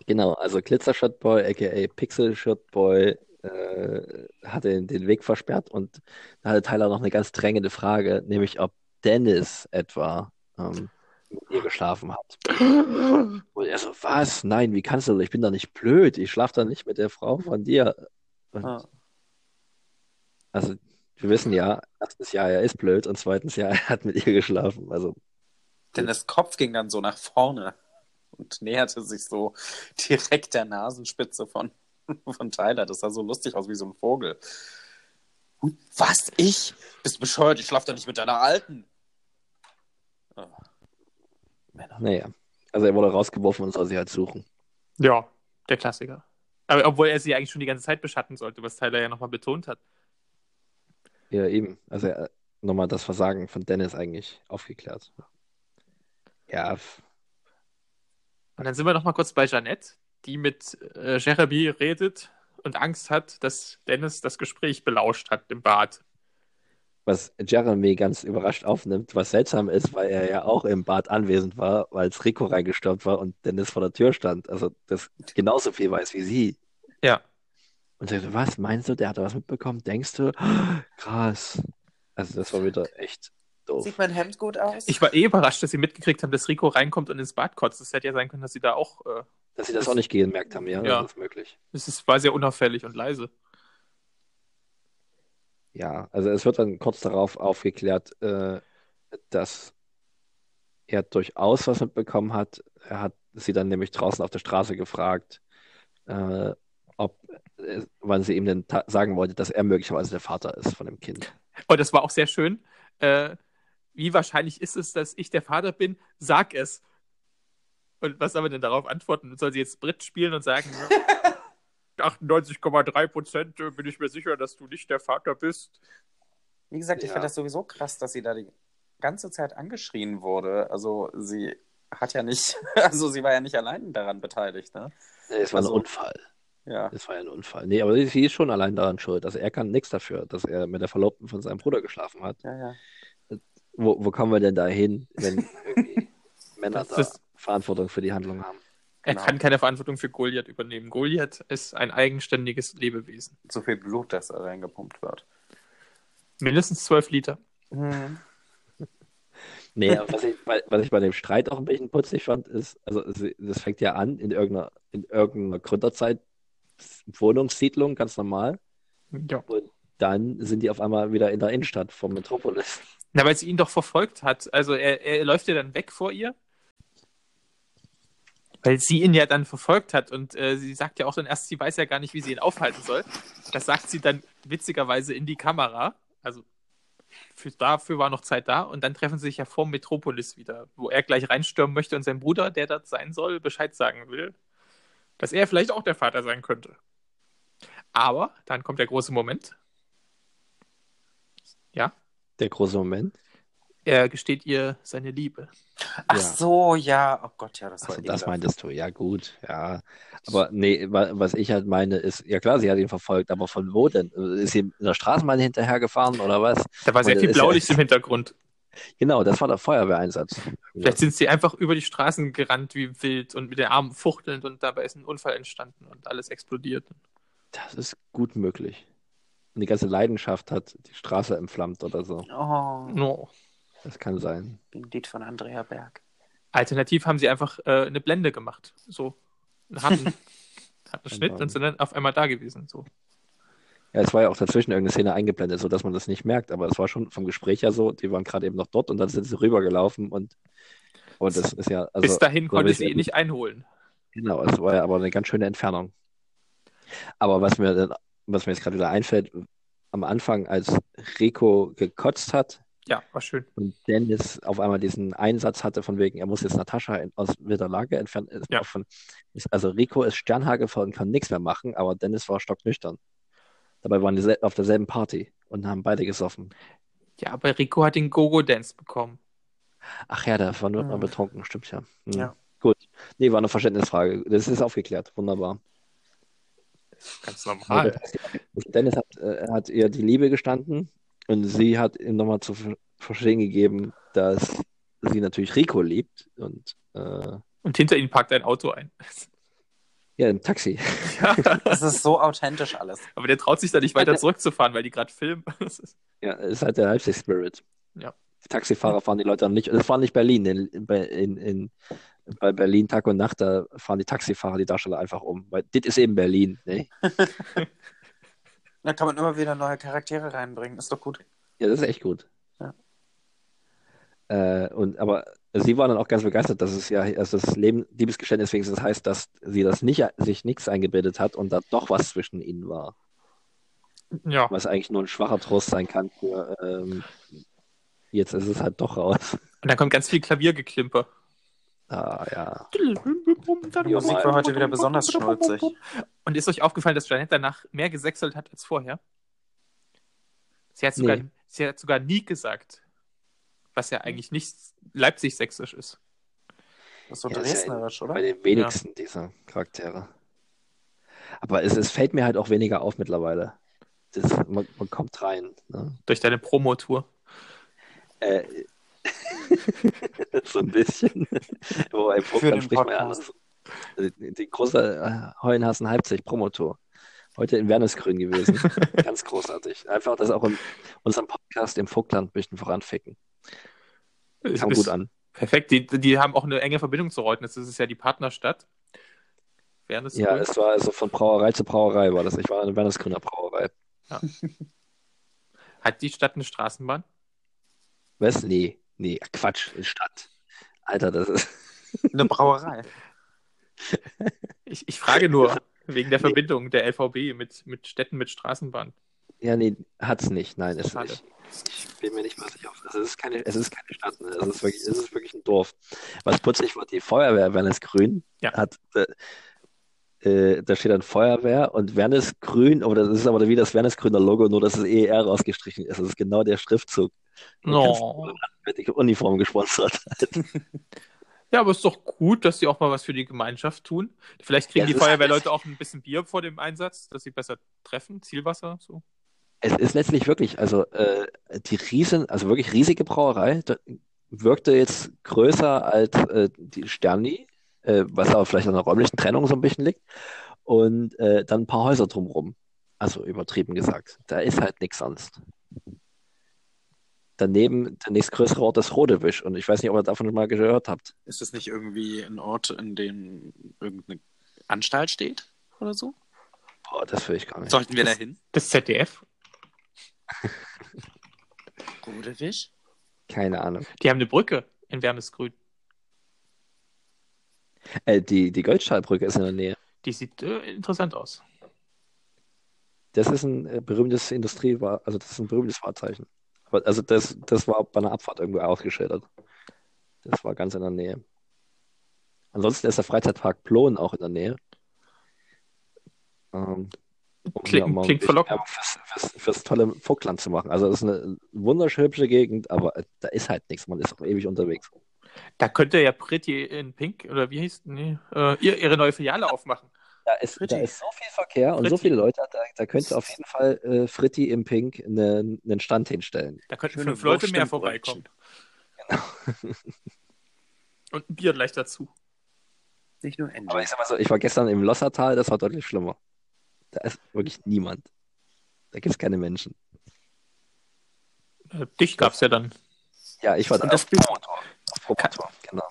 S1: genau, also Glitzer Shirtboy, aka Pixel Shirtboy, äh, hatte den- den Weg versperrt und da hatte Tyler noch eine ganz drängende Frage, nämlich ob Dennis etwa ähm, mit ihr geschlafen hat. Und er so, was? Nein, wie kannst du? Ich bin doch nicht blöd. Ich schlafe da nicht mit der Frau von dir. Und
S3: Ah.
S1: also, wir wissen ja, erstens ja, er ist blöd und zweitens ja, (laughs) er hat mit ihr geschlafen. Also,
S3: Denn das Kopf ging dann so nach vorne und näherte sich so direkt der Nasenspitze von, (laughs) von Tyler. Das sah so lustig aus wie so ein Vogel. Was? Ich? Bist bescheuert, ich schlaf doch nicht mit deiner Alten.
S1: naja. Also, er wurde rausgeworfen und soll sie halt suchen.
S2: Ja, der Klassiker. Aber obwohl er sie eigentlich schon die ganze Zeit beschatten sollte, was Tyler ja nochmal betont hat.
S1: Ja, eben. Also, er, nochmal das Versagen von Dennis eigentlich aufgeklärt. Ja, f-
S2: Und dann sind wir noch mal kurz bei Jeannette, die mit äh, Jeremy redet und Angst hat, dass Dennis das Gespräch belauscht hat im Bad.
S1: was Jeremy ganz überrascht aufnimmt, was seltsam ist, weil er ja auch im Bad anwesend war, als Rico reingestürmt war und Dennis vor der Tür stand. Also das genauso viel weiß wie sie.
S2: Ja.
S1: Und sagte, was meinst du, der hat was mitbekommen? Denkst du? (gasps) Krass. Also das war wieder echt doof.
S4: Sieht mein Hemd gut aus?
S2: Ich war eh überrascht, dass sie mitgekriegt haben, dass Rico reinkommt und ins Bad kotzt. Es hätte ja sein können, dass sie da auch. Äh,
S1: Dass sie das auch nicht gemerkt haben, ja,
S2: Ja.
S1: das ist möglich.
S2: es ist, war sehr unauffällig und leise.
S1: Ja, also es wird dann kurz darauf aufgeklärt, äh, dass er durchaus was mitbekommen hat. Er hat sie dann nämlich draußen auf der Straße gefragt, äh, ob, äh, wann sie ihm denn ta- sagen wollte, dass er möglicherweise der Vater ist von dem Kind.
S2: Und das war auch sehr schön. Äh, wie wahrscheinlich ist es, dass ich der Vater bin? Sag es. Und was soll man denn darauf antworten? Soll sie jetzt Brit spielen und sagen, 98,3 Prozent äh, bin ich mir sicher, dass du nicht der Vater bist?
S4: Wie gesagt, ich
S1: Ja.
S4: fand das sowieso krass, dass sie da die ganze Zeit angeschrien wurde. Also sie hat ja nicht, (laughs) also sie war ja nicht allein daran beteiligt, ne?
S1: Nee, es war ein
S4: Also-
S1: Unfall.
S4: Ja.
S1: Es war ja ein Unfall. Nee, aber sie, sie ist schon allein daran schuld. Also er kann nichts dafür, dass er mit der Verlobten von seinem Bruder geschlafen hat.
S4: Ja, ja.
S1: Wo, wo kommen wir denn da hin, wenn (laughs) irgendwie Männer
S2: Das
S1: da
S2: ist-
S1: Verantwortung für die Handlung haben?
S2: Er
S4: Genau.
S2: kann keine Verantwortung für Goliath übernehmen. Goliath ist ein eigenständiges Lebewesen.
S4: So viel Blut, das da reingepumpt wird.
S2: Mindestens 12 Liter.
S4: Mhm.
S1: Nee, aber was ich, bei- was ich bei dem Streit auch ein bisschen putzig fand, ist, also es- das fängt ja an in irgendeiner, in irgendeiner Gründerzeit-Wohnungssiedlung, ganz normal.
S2: Ja.
S1: Dann sind die auf einmal wieder in der Innenstadt vom Metropolis.
S2: Na, weil sie ihn doch verfolgt hat. Also er, er läuft ja dann weg vor ihr. Weil sie ihn ja dann verfolgt hat und äh, sie sagt ja auch dann erst, sie weiß ja gar nicht, wie sie ihn aufhalten soll. Das sagt sie dann witzigerweise in die Kamera. Also für, dafür war noch Zeit da und dann treffen sie sich ja vor Metropolis wieder, wo er gleich reinstürmen möchte und sein Bruder, der dort sein soll, Bescheid sagen will, dass er vielleicht auch der Vater sein könnte. Aber dann kommt der große Moment.
S1: Der große Moment.
S2: Er gesteht ihr seine Liebe.
S4: Ach
S1: Ja.
S4: so, ja. Oh Gott, ja, das war
S3: eh
S1: Also das
S4: ekelhaft.
S1: meintest du, ja gut, ja. Aber nee, wa- was ich halt meine ist, ja klar, sie hat ihn verfolgt, aber von wo denn? Ist sie in der Straßenbahn hinterhergefahren oder was?
S2: Da war sehr
S1: Und
S2: viel
S1: ist ja-
S2: Blaulicht im Hintergrund.
S1: Genau, das war der Feuerwehreinsatz.
S2: Vielleicht sind sie einfach über die Straßen gerannt wie wild und mit den Armen fuchtelnd und dabei ist ein Unfall entstanden und alles explodiert.
S1: Das ist gut möglich. Und die ganze Leidenschaft hat die Straße entflammt oder so.
S4: Oh,
S1: Mhm.
S2: No.
S1: Das kann sein.
S4: wie ein Lied von Andrea Berg.
S2: Alternativ haben sie einfach äh, eine Blende gemacht. So. Einen
S1: (laughs)
S2: harten, harten Schnitt
S1: Wahnsinn.
S2: und sind dann auf einmal da gewesen. So.
S1: Ja, es war ja auch dazwischen irgendeine Szene eingeblendet, sodass man das nicht merkt, aber es war schon vom Gespräch ja so, die waren gerade eben noch dort und dann sind sie rübergelaufen und, und das ist ja, also
S2: Bis dahin
S1: so
S2: konnte
S1: wissen
S2: sie
S1: wir
S2: ihn nicht einholen.
S1: genau, es war ja aber eine ganz schöne Entfernung. Aber was mir, dann- was mir jetzt gerade wieder einfällt, am Anfang, als Rico gekotzt hat
S2: Ja, war schön.
S1: und Dennis auf einmal diesen Einsatz hatte von wegen, er muss jetzt Natascha in, aus wilder Lage entfernen, ist
S2: Ja.
S1: auch von, ist, also Rico ist sternhagelvoll und kann nichts mehr machen, aber Dennis war stocknüchtern. Dabei waren die sel- auf derselben Party und haben beide gesoffen.
S2: Ja, aber Rico hat den Gogo-Dance bekommen.
S1: Ach ja, davon wird man
S4: Mhm.
S1: betrunken, stimmt ja. Mhm.
S4: Ja.
S1: Gut. Nee, war eine Verständnisfrage. Das ist aufgeklärt. Wunderbar.
S2: Ganz
S1: Also
S2: normal.
S1: das heißt, Dennis hat, äh, hat ihr die Liebe gestanden und sie hat ihm nochmal zu ver- verstehen gegeben, dass sie natürlich Rico liebt und äh,
S2: Und hinter ihnen parkt ein Auto ein. (laughs)
S1: ja, im Taxi.
S2: ja.
S4: Das ist so authentisch alles.
S2: Aber der traut sich da nicht weiter zurückzufahren, weil die gerade filmen. (laughs) Das ist-
S1: Ja, ist halt der Leipzig-Spirit.
S2: Ja.
S1: Taxifahrer fahren die Leute dann nicht. Das war nicht Berlin. In, in, in, bei Berlin Tag und Nacht, da fahren die Taxifahrer die Darsteller einfach um. Weil das ist eben Berlin. Ne?
S4: Da kann man immer wieder neue Charaktere reinbringen. Ist doch gut.
S1: Ja, das ist echt gut.
S4: Ja.
S1: Äh, und, aber sie war dann auch ganz begeistert, dass es ja also das Leben, Liebesgeständnis wenigstens heißt, dass sie das nicht, sich nichts eingebildet hat und da doch was zwischen ihnen war.
S2: Ja.
S1: Was eigentlich nur ein schwacher Trost sein kann für ähm, jetzt ist es halt doch raus.
S2: Und dann kommt ganz viel Klaviergeklimper.
S1: Ah, ja.
S2: Die
S4: Musik war heute wieder besonders schnulzig.
S2: Und ist euch aufgefallen, dass Janet danach mehr gesächselt hat als vorher? Sie hat sogar,
S1: Nee.
S2: sie hat sogar nie gesagt, was ja eigentlich nicht leipzig-sächsisch ist.
S4: Das ist so
S1: Ja, das ist ja-
S4: dresdnerisch, oder?
S1: Bei den wenigsten dieser Charaktere. Aber es, es fällt mir halt auch weniger auf mittlerweile. Das, man, man kommt rein. Ne?
S2: Durch deine Promotour.
S1: Äh, (laughs) so ein bisschen. Wobei,
S4: Für
S1: Programm
S4: den
S1: spricht man ja
S4: Podcast.
S1: anders. Die große äh, Heuenhassen Leipzig, Promotor. Heute in Wernesgrün gewesen. Ganz großartig. Einfach das auch in unserem Podcast im Vogtland ein bisschen voranficken.
S2: Ist-
S1: Kam
S2: ist
S1: gut an.
S2: Perfekt. Die, die haben auch eine enge Verbindung zu Reutnitz. Das ist ja die Partnerstadt. Wären es
S1: Ja,
S2: cool.
S1: es war also von Brauerei zu Brauerei war das. Ich war in der Wernesgrüner Brauerei.
S2: Hat die Stadt eine Straßenbahn?
S1: Was? Nee, nee, Quatsch, in Stadt. Alter, das ist. (laughs)
S4: Eine Brauerei.
S2: Ich, ich
S1: (laughs)
S2: frage nur wegen der Verbindung der LVB mit, mit Städten mit Straßenbahn.
S1: Ja, nee, hat's nicht. Nein, ist
S2: Schade.
S1: nicht. Ich bin mir nicht mal sicher. Es ist keine, es ist keine Stadt. Ne? Es, ist wirklich, es ist wirklich ein Dorf. Was putzig wird, die Feuerwehr Wernesgrün
S2: Ja.
S1: hat. Äh, äh, da steht dann Feuerwehr und Wernesgrün, aber das ist aber wie das Wernesgrüner Logo, nur dass es ER rausgestrichen ist. Das ist genau der Schriftzug.
S2: No.
S1: Wird die Uniform gesponsert.
S2: Ja, aber ist doch gut, dass die auch mal was für die Gemeinschaft tun. Vielleicht kriegen
S1: Ja,
S2: die
S1: es ist
S2: Feuerwehrleute auch ein bisschen Bier vor dem Einsatz, dass sie besser treffen, Zielwasser. So.
S1: Es ist letztlich wirklich, also äh, die riesen, also wirklich riesige Brauerei, da wirkte jetzt größer als äh, die Sterni, äh, was aber vielleicht an der räumlichen Trennung so ein bisschen liegt. Und äh, dann ein paar Häuser drumrum. Also übertrieben gesagt. Da ist halt nichts sonst. Daneben der nächstgrößere Ort ist Rodewisch. Und ich weiß nicht, ob ihr davon schon mal gehört habt.
S3: Ist das nicht irgendwie ein Ort, in dem irgendeine Anstalt steht oder so?
S1: Boah, das will ich gar nicht.
S3: Sollten wir da hin?
S2: Das ZDF,
S3: Rudewisch?
S1: Keine Ahnung.
S2: die haben eine Brücke in Wernesgrün.
S1: Äh, die, die Goldstahlbrücke ist in der Nähe.
S2: Die sieht äh, interessant aus.
S1: Das ist ein äh, berühmtes Industrie, also das ist ein berühmtes Fahrzeichen. Aber also das, das war bei einer Abfahrt irgendwo ausgeschildert. Das war ganz in der Nähe. Ansonsten ist der Freizeitpark Plon auch in der Nähe. Ähm, um
S2: Klingt-
S1: hier mal ein
S2: klingt
S1: bisschen
S2: verlockend.
S1: Werbung Fürs, fürs, fürs tolle Vogtland zu machen. Also das ist eine wunderschöne hübsche Gegend, aber äh, da ist halt nichts. Man ist auch ewig unterwegs.
S2: Da könnte ja Pretty in Pink oder wie hieß nee, äh, ihr- ihre neue Filiale aufmachen.
S1: Da ist, da
S4: Fritti.
S1: ist so viel Verkehr und so
S2: Fritti.
S1: viele Leute, da, da könnte auf jeden Fall äh, Fritti im Pink einen, einen Stand hinstellen.
S2: Da könnten
S3: Schöne
S2: fünf Leute mehr
S3: Wurstchen-
S2: vorbeikommen.
S1: (laughs)
S2: Und ein Bier gleich dazu.
S3: Nicht nur
S1: Aber
S3: Ende.
S1: ich sag mal so, ich war gestern im Lossertal, das war deutlich schlimmer. Da ist wirklich niemand. Da gibt es keine Menschen.
S2: Äh, Dich gab's ja dann.
S1: Ja, ich war da
S3: Und das
S1: auf
S3: Bild-
S1: Promotor. Auf Promotor, genau.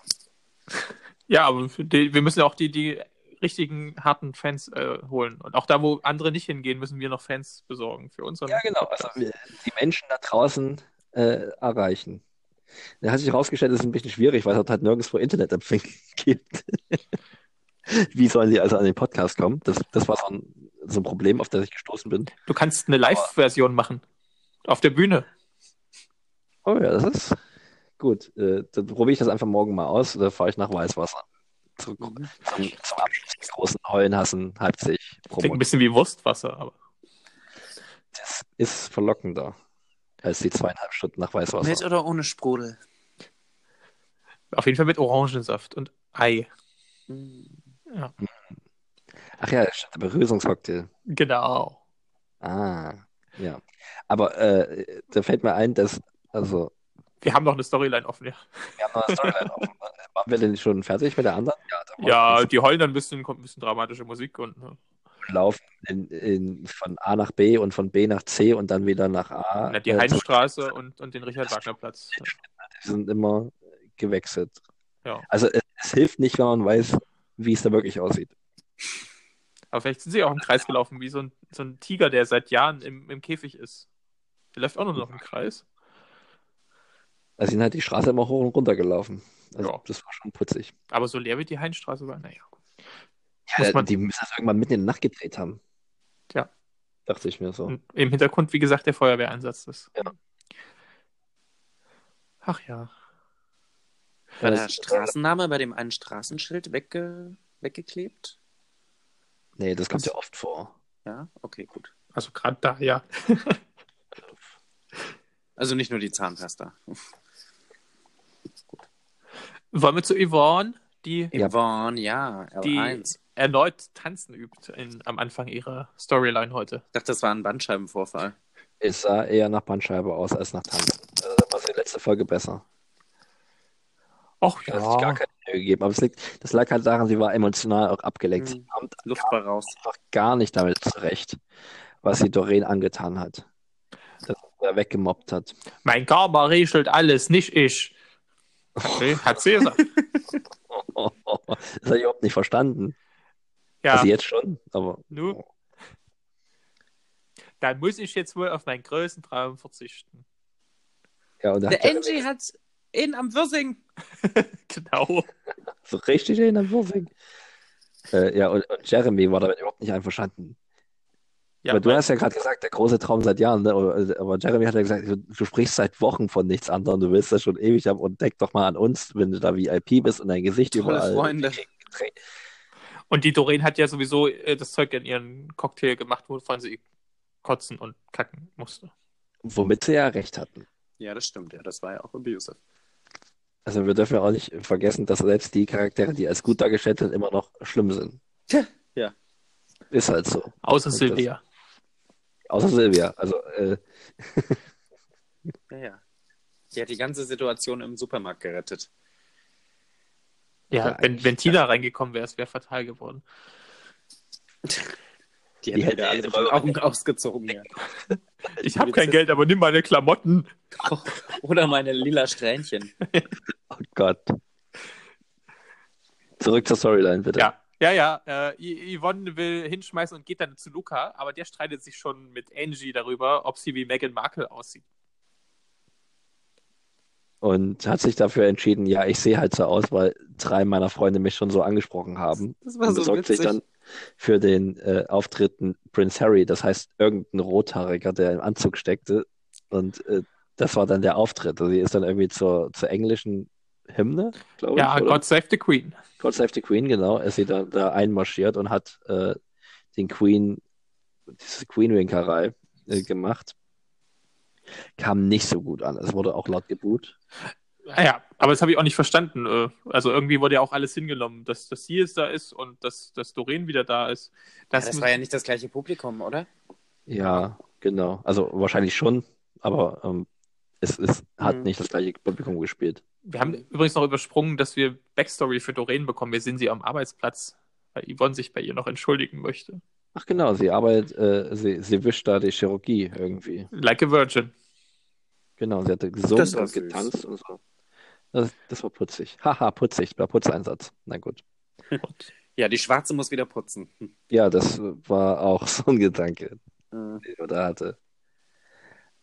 S2: Ja, aber für die, wir müssen ja auch die, die richtigen harten Fans äh, holen. Und auch da, wo andere nicht hingehen, müssen wir noch Fans besorgen für unseren.
S1: Ja, genau. Also wir- die Menschen da draußen äh, erreichen. Da hat sich herausgestellt, das ist ein bisschen schwierig, weil es halt nirgendwo Internetempfang (laughs) gibt. Wie sollen sie also an den Podcast kommen? Das, das war so ein, so ein Problem, auf das ich gestoßen bin.
S2: Du kannst eine Live-Version machen. Auf der Bühne.
S1: Oh ja, das ist gut. Äh, dann probiere ich das einfach morgen mal aus. Dann fahre ich nach Weißwasser. Zum,
S2: Mhm.
S1: zum, zum Abschluss des großen Heulenhassen Leipzig
S2: Klingt ein
S1: Promo.
S2: bisschen wie Wurstwasser, aber.
S1: Das ist verlockender als die zweieinhalb Stunden nach Weißwasser.
S3: Mit oder ohne Sprudel?
S2: Auf jeden Fall mit Orangensaft und Ei.
S1: Ach ja, stimmt, der Berührungscocktail.
S2: Genau.
S1: Ah, ja. Aber äh, da fällt mir ein, dass, also,
S2: Wir haben noch eine Storyline offen, ja.
S1: wir haben noch eine Storyline
S2: (laughs)
S1: offen. Waren wir denn schon fertig mit der anderen? Ja, da war
S2: Ja,
S1: noch
S2: die heulen dann ein bisschen, kommt ein bisschen dramatische Musik und. Ne?
S1: was. laufen in, in, von A nach B und von B nach C und dann wieder nach A.
S2: Na, die
S1: Äh,
S2: Heinstraße und, und den Richard-Wagner-Platz.
S1: Die sind immer gewechselt.
S2: Ja.
S1: Also es, es hilft nicht, wenn man weiß, wie es da wirklich aussieht.
S2: Aber vielleicht sind sie auch im Kreis gelaufen, wie so ein, so ein Tiger, der seit Jahren im, im Käfig ist. Der läuft auch nur noch im Kreis.
S1: Also sind halt die Straße immer hoch und runter gelaufen. Also
S2: Ja.
S1: das war schon putzig.
S2: Aber so leer wie die Heinstraße war, naja. Muss
S1: Ja,
S2: man-
S1: die müssen das irgendwann mitten in der Nacht gedreht haben.
S2: Tja.
S1: Dachte ich mir so.
S2: Und im Hintergrund, wie gesagt, der Feuerwehreinsatz ist.
S1: Ja.
S2: Ach ja.
S3: War
S1: Das-
S3: der Äh, Straßenname bei dem einen Straßenschild wegge weggeklebt?
S1: Nee, das kommt ja oft vor.
S3: Ja, okay, gut.
S2: Also gerade da, ja.
S3: Also nicht nur die Zahnpasta.
S2: Wollen wir zu Yvonne, die,
S1: Ja.
S3: Yvonne, ja,
S2: die
S3: L1.
S2: erneut tanzen übt in, am Anfang ihrer Storyline heute.
S3: Ich dachte, das war ein Bandscheibenvorfall.
S1: Es sah eher nach Bandscheibe aus als nach Tanz. Also, da war es die letzte Folge besser.
S2: Ach
S1: Da hat sich gar keine Mühe gegeben. Aber es liegt, das lag halt daran, sie war emotional auch abgelenkt. Sie
S3: Mhm.
S1: kam
S3: Luft war raus.
S1: einfach gar nicht damit zurecht, was sie Doreen angetan hat. Dass sie da weggemobbt hat. (laughs)
S2: Mein Karma regelt alles, nicht ich. Hat sie, hat sie
S1: (laughs)
S2: gesagt.
S1: Oh, Das habe ich überhaupt nicht verstanden.
S2: Ja,
S1: Also jetzt schon, aber
S2: nun. Dann muss ich jetzt wohl auf meinen größten Traum verzichten. (laughs)
S1: ja, und da hat er
S3: hat in am Würsing.
S2: Genau.
S1: so richtig in der Würfing. Äh, ja, und, und Jeremy war damit überhaupt nicht einverstanden.
S2: Ja,
S1: aber du
S2: mein-
S1: hast ja gerade gesagt, der große Traum seit Jahren, ne? Aber- aber Jeremy hat ja gesagt, du, du sprichst seit Wochen von nichts anderem, du willst das schon ewig haben und denk doch mal an uns, wenn du da VIP bist und dein Gesicht
S3: Tolle
S1: überall.
S3: Freunde.
S2: Und die Doreen hat ja sowieso äh, das Zeug in ihren Cocktail gemacht, wovon sie kotzen und kacken musste.
S1: Womit sie ja recht hatten.
S3: Ja, das stimmt, ja, das war ja auch abusive.
S1: Also wir dürfen ja auch nicht vergessen, dass selbst die Charaktere, die als gut dargestellt sind, immer noch schlimm sind.
S3: Ja.
S1: Ist halt so.
S2: Außer
S1: das-
S2: Sylvia.
S1: Außer Silvia. Also, äh,
S3: Ja, ja. Die hat die ganze Situation im Supermarkt gerettet.
S2: Ja,
S1: Ja,
S2: wenn, wenn Tina reingekommen wäre, es wäre fatal geworden.
S3: Die hätte
S1: hätte
S3: wieder alle
S1: die
S3: mit den
S1: Räuber-
S3: Augen ausgezogen. Ja.
S2: Ich habe kein Geld, aber nimm meine Klamotten.
S3: Oder meine lila Strähnchen.
S1: oh Gott. Zurück zur Storyline, bitte.
S2: Ja, ja, ja. Äh, Y- Yvonne will hinschmeißen und geht dann zu Luca, aber der streitet sich schon mit Angie darüber, ob sie wie Meghan Markle aussieht.
S1: Und hat sich dafür entschieden, ja, ich sehe halt so aus, weil drei meiner Freunde mich schon so angesprochen haben.
S3: Das
S1: und besorgt sich dann für den äh, Auftritten Prince Harry, das heißt irgendein Rothaariger, der im Anzug steckte. Und äh, das war dann der Auftritt. Also sie ist dann irgendwie zur, zur englischen Hymne, glaube
S2: Ja,
S1: ich. oder?
S2: God Save the Queen.
S1: God Save the Queen, genau, ist sie da, da einmarschiert und hat äh, den Queen, diese Queen-Winkerei äh, gemacht. Kam nicht so gut an. Es wurde auch laut geboot.
S2: Ah ja, aber das habe ich auch nicht verstanden. Äh, Also irgendwie wurde ja auch alles hingenommen, dass, dass sie jetzt da ist und dass, dass Doreen wieder da ist.
S3: Das, war ja nicht das gleiche Publikum, oder?
S1: Ja, genau. Also wahrscheinlich schon, aber ähm, es, es hat
S3: Mhm.
S1: nicht das gleiche Publikum gespielt.
S2: Wir haben übrigens noch übersprungen, dass wir Backstory für Doreen bekommen. Wir sehen sie am Arbeitsplatz, weil Yvonne sich bei ihr noch entschuldigen möchte.
S1: Ach genau, sie arbeitet, äh, sie, sie wischt da die Chirurgie irgendwie.
S2: Like a Virgin.
S1: Genau, sie hatte gesungen
S3: Das war
S1: und
S3: süß.
S1: getanzt und so. Das, das war putzig. Haha, putzig, war Putzeinsatz. Na gut.
S2: Und
S3: Ja, die Schwarze muss wieder putzen.
S1: Ja, das war auch (laughs) so ein Gedanke.
S3: Hm.
S1: oder hatte.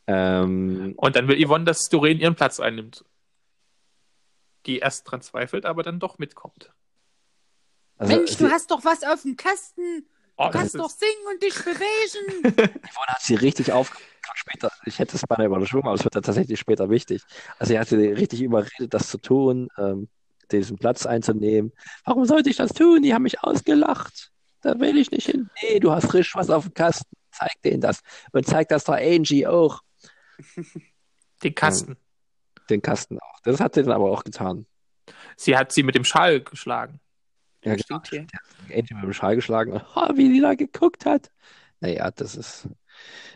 S1: Ähm,
S2: Und dann will Yvonne, dass Doreen ihren Platz einnimmt. Die erst dran zweifelt, aber dann doch mitkommt.
S1: also
S5: Mensch,
S1: sie,
S5: du hast doch was auf dem Kasten.
S2: Oh,
S5: Du kannst doch singen und dich bewegen.
S1: Yvonne hat sie richtig auf später. Ich hätte es beinahe überschwungen, aber es wird dann tatsächlich später wichtig. Also sie hat sie richtig überredet, das zu tun, ähm, diesen Platz einzunehmen. Warum sollte ich das tun? Die haben mich ausgelacht. Da will ich nicht hin. Nee, du hast frisch was auf dem Kasten. Zeig denen das. Und zeig das doch Angie auch.
S2: den Kasten.
S1: Den Kasten auch. Das hat sie dann aber auch getan.
S2: Sie hat sie mit dem Schal geschlagen.
S1: Ja, genau.
S3: Stimmt hier.
S1: Angie mit dem Schal geschlagen. Oh, wie die da geguckt hat. Naja, das ist.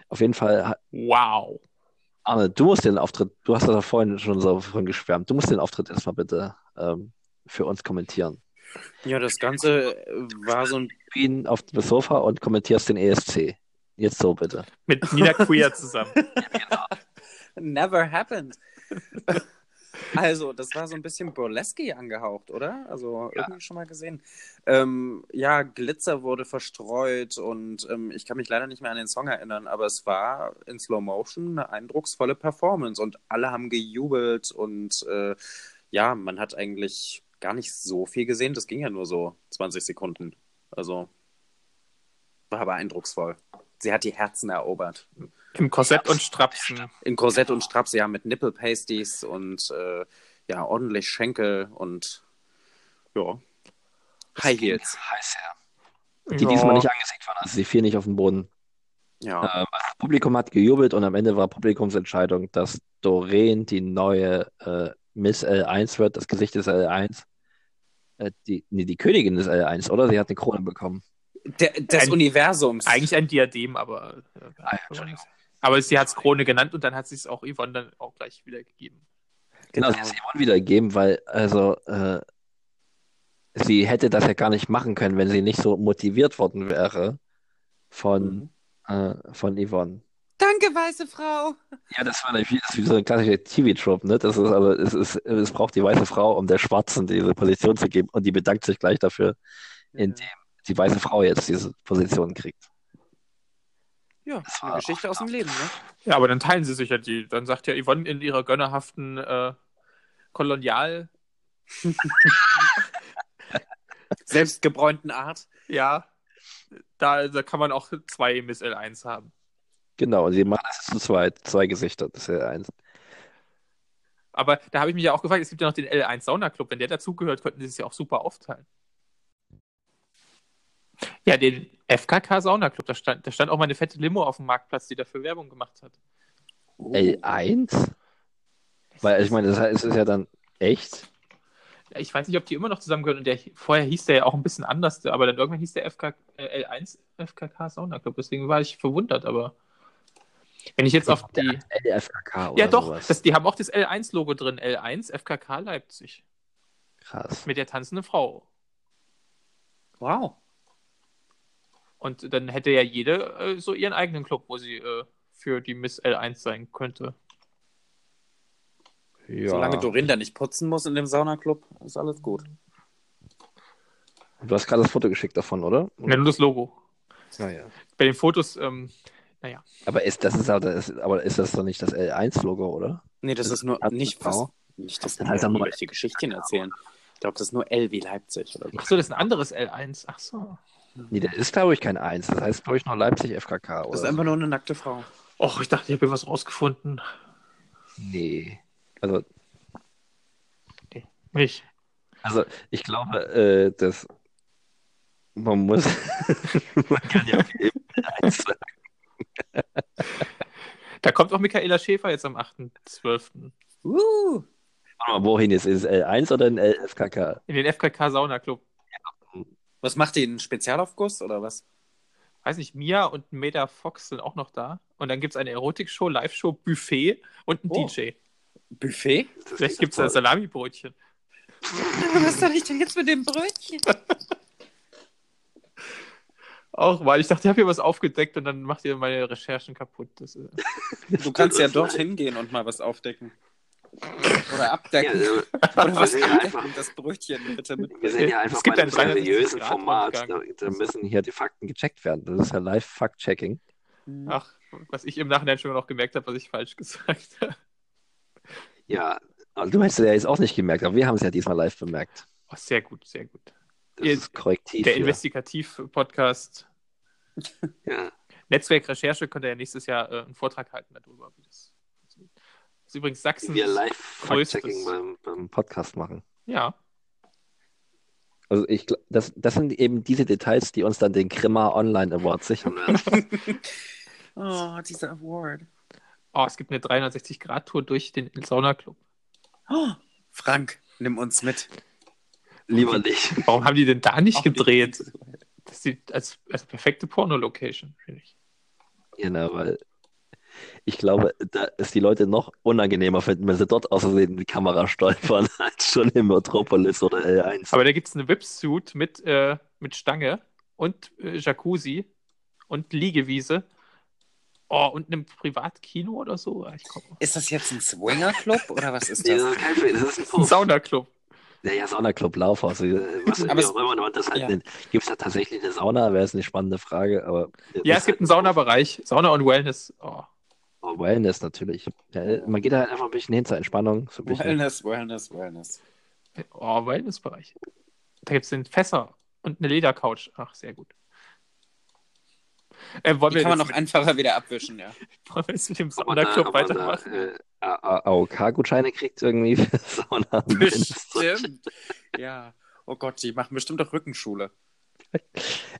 S1: Auf jeden Fall
S2: Wow.
S1: Arne, du musst den Auftritt, du hast das ja vorhin schon so von geschwärmt, du musst den Auftritt erstmal bitte ähm, für uns kommentieren.
S3: Ja, das Ganze äh, war so ein.
S1: Du ihn auf das Sofa und kommentierst den ESC. Jetzt so bitte.
S2: Mit
S1: (laughs)
S2: Nina Queer zusammen.
S3: Never happened. (laughs) Also, das war so ein bisschen burlesque angehaucht, oder? Also, irgendwie schon mal gesehen. Ähm, ja, Glitzer wurde verstreut und ähm, ich kann mich leider nicht mehr an den Song erinnern, aber es war in Slow Motion eine eindrucksvolle Performance und alle haben gejubelt und äh, ja, man hat eigentlich gar nicht so viel gesehen. Das ging ja nur so 20 Sekunden. Also, war aber eindrucksvoll. Sie hat die Herzen erobert.
S2: Im Korsett und Strapsen.
S3: In Korsett und Straps, ja, mit Nipple Pasties und äh, ja, ordentlich Schenkel und ja. High Heels.
S1: Heiß her. Die
S2: Ja.
S1: diesmal nicht angesägt waren, also sie fiel nicht auf den Boden.
S3: Ja.
S1: Ähm, also das Publikum hat gejubelt und am Ende war Publikumsentscheidung, dass Doreen die neue äh, Miss L1 wird, das Gesicht des L1. Äh, die, nee, die Königin ist alle eins, oder? Sie hat eine Krone bekommen.
S4: De des
S2: Ein-
S4: Universums.
S2: Eigentlich ein Diadem, aber. äh,
S1: Ah, ja, Entschuldigung.
S2: aber sie hat es Krone genannt und dann hat sie es auch Yvonne dann auch gleich wiedergegeben.
S1: Genau, sie hat sie Yvonne wiedergegeben, weil also äh, sie hätte das ja gar nicht machen können, wenn sie nicht so motiviert worden wäre von, äh, von Yvonne.
S5: Danke, weiße Frau. (laughs)
S1: Ja, das war natürlich das ist wie so ein klassischer TV-Trope, ne? Das ist also, es, ist, es braucht die weiße Frau, um der Schwarzen diese Position zu geben und die bedankt sich gleich dafür, indem die weiße Frau jetzt diese Position kriegt.
S4: Ja,
S1: Das
S4: eine
S1: war-
S4: Geschichte aus dem Leben, ne?
S2: Ja, aber dann teilen sie sich ja die. Dann sagt ja Yvonne in ihrer gönnerhaften äh, Kolonial.
S4: Selbstgebräunten Art.
S2: Ja, da, da kann man auch zwei Miss L1 haben.
S1: Genau, und sie machen das zu zweit, zwei Gesichter, das ist ja eins.
S2: Aber da habe ich mich ja auch gefragt, es gibt ja noch den L1 Sauna Club. Wenn der dazugehört, könnten sie es ja auch super aufteilen. Ja, den FKK Sauna Club. Da stand, da stand auch mal eine fette Limo auf dem Marktplatz, die dafür Werbung gemacht hat.
S1: Oh. L1? Weil ich meine, das heißt, es ist ja dann echt.
S2: Ja, Ich weiß nicht, ob die immer noch zusammengehören. Und der, vorher hieß der ja auch ein bisschen anders, aber dann irgendwann hieß der FK, äh, L1 FKK Sauna Club. Deswegen war ich verwundert, aber wenn ich jetzt auf die.
S1: LFKK oder
S2: Ja, doch,
S1: sowas.
S2: das, die haben auch das L1-Logo drin. L1 FKK Leipzig.
S1: Krass.
S2: Mit der tanzenden Frau.
S4: Wow.
S2: Und dann hätte ja jede äh, so ihren eigenen Club, wo sie äh, für die Miss L1 sein könnte.
S1: Ja.
S4: Solange
S1: du...
S4: Dorinda nicht putzen muss in dem Saunaclub, ist alles gut.
S1: hast gerade das Foto geschickt davon, oder?
S2: Ja, nur das Logo.
S1: Naja.
S2: Bei den Fotos, ähm,
S1: Aber ist das ist aber, das, aber ist das doch nicht das L1-Logo, oder?
S4: Nee, das ist nur
S1: Hat-
S4: nicht was.
S1: Frau?
S4: Nicht, dass
S1: Dann
S4: wir
S1: halt doch mal-
S4: irgendwelche Geschichten erzählen. Ich glaube, das ist nur L wie Leipzig oder so.
S2: ach so, das ist ein anderes L1. Ach so.
S1: Nee, der ist, glaube ich, kein 1. Das heißt, glaube ich, noch Leipzig FKK,
S4: Das
S1: oder?
S4: ist einfach nur eine nackte Frau.
S2: Och, ich dachte, ich habe hier was rausgefunden.
S1: Nee. Also,
S2: Nicht.
S1: also ich glaube, äh, dass man
S2: (laughs)
S1: muss. man kann ja auch eben eins sagen.
S2: Da kommt auch Michaela Schäfer jetzt am 8.12.
S4: Uh,
S1: Warte mal, wohin ist, ist es L1 oder ein LFKK?
S2: in den FKK Sauna Club.
S4: was macht die? Einen Spezialaufguss oder was?
S2: Weiß nicht, Mia und Meda Fox sind auch noch da. Und dann gibt es eine Erotikshow, Live-Show, Buffet und einen
S4: Oh.
S2: DJ.
S4: Buffet?
S2: Vielleicht gibt es da Salamibrötchen.
S5: Was soll ich denn jetzt mit dem Brötchen?
S2: Auch, weil ich dachte, ich habe hier was aufgedeckt und dann macht ihr meine Recherchen kaputt. Das äh, ist...
S4: Du kannst ja dorthin gehen und mal was aufdecken. Oder abdecken. Oder was
S1: also, Wir sind ja
S4: abdecken? Das Brötchen bitte mit.
S1: Wir sind ja einfach
S2: Es gibt
S1: bei
S2: ein
S1: einem seriösen
S2: 360
S1: Format.
S2: Grad
S1: Da, da müssen hier die Fakten gecheckt werden. Das ist ja Live-Fact-Checking.
S3: Mhm.
S2: Ach, was ich im Nachhinein schon noch gemerkt habe, was ich falsch (laughs) gesagt habe.
S1: Ja, also du hättest ja jetzt auch nicht gemerkt, aber wir haben es ja diesmal live bemerkt.
S2: Oh, sehr gut, sehr gut.
S1: Das
S2: Ihr-
S1: ist korrektiv.
S2: Der
S1: hier.
S2: Investigativ-Podcast
S1: ja.
S2: Netzwerkrecherche könnte ja nächstes Jahr äh, einen Vortrag halten darüber. Wie das das ist übrigens Sachsen.
S1: Wir Live-Fact-Checking
S2: Größtes-
S1: beim, beim Podcast machen.
S2: Ja.
S1: Also ich gl- das, das sind eben diese Details, die uns dann den Grimma Online Award sichern werden.
S4: Oh, dieser Award.
S2: Oh, es gibt eine 360-Grad-Tour durch den Sauna-Club.
S4: Oh, Frank, nimm uns mit.
S1: (laughs) Lieber nicht.
S2: Warum haben die denn da nicht
S4: Auch
S2: gedreht? Das sieht als, als perfekte Porno-Location, finde ich.
S1: Genau, weil ich glaube, da es die Leute noch unangenehmer finden, wenn sie dort aus Versehen die Kamera stolpern, (laughs) als schon in Metropolis oder L1.
S2: Aber da gibt es eine Whipsuit mit, äh, mit Stange und äh, Jacuzzi und Liegewiese. Oh, und einem Privatkino oder so? Ah, Ich komm.
S4: Ist das jetzt ein Swinger-Club oder was ist
S1: Nee,
S4: das?
S1: das ist kein Film, das ist ein
S2: Ein
S1: Puff.
S2: Saunaclub.
S1: Naja, Saunaclub, Laufhaus, wie- was
S4: Aber
S1: wie
S4: es-
S1: auch immer man das halt
S4: ja.
S1: nennt. Gibt es da tatsächlich eine Sauna? Wäre es eine spannende Frage, aber äh,
S2: Ja, es gibt einen Saunabereich. Sauna und Wellness. Oh.
S1: Oh, Wellness natürlich. Ja, man geht da halt einfach ein bisschen hin zur Entspannung. So ein bisschen.
S4: Wellness, Wellness, Wellness.
S2: Oh, Wellnessbereich. Da gibt es den Fässer und eine Ledercouch. Ach, sehr gut. Äh, wollen,
S4: Die
S2: wir
S4: kann man
S2: jetzt
S4: noch
S2: mit,
S4: einfacher wieder abwischen,
S2: (laughs)
S4: ja.
S2: wollen wir jetzt mit dem
S1: Ob man da-
S2: Saunaclub
S1: ob man da,
S2: weitermachen?
S1: äh, A- A- AOK-Gutscheine kriegt irgendwie für Sauna. und Wellness.
S4: Bestimmt. Ja. Oh Gott, die machen bestimmt auch Rückenschule.
S1: (laughs)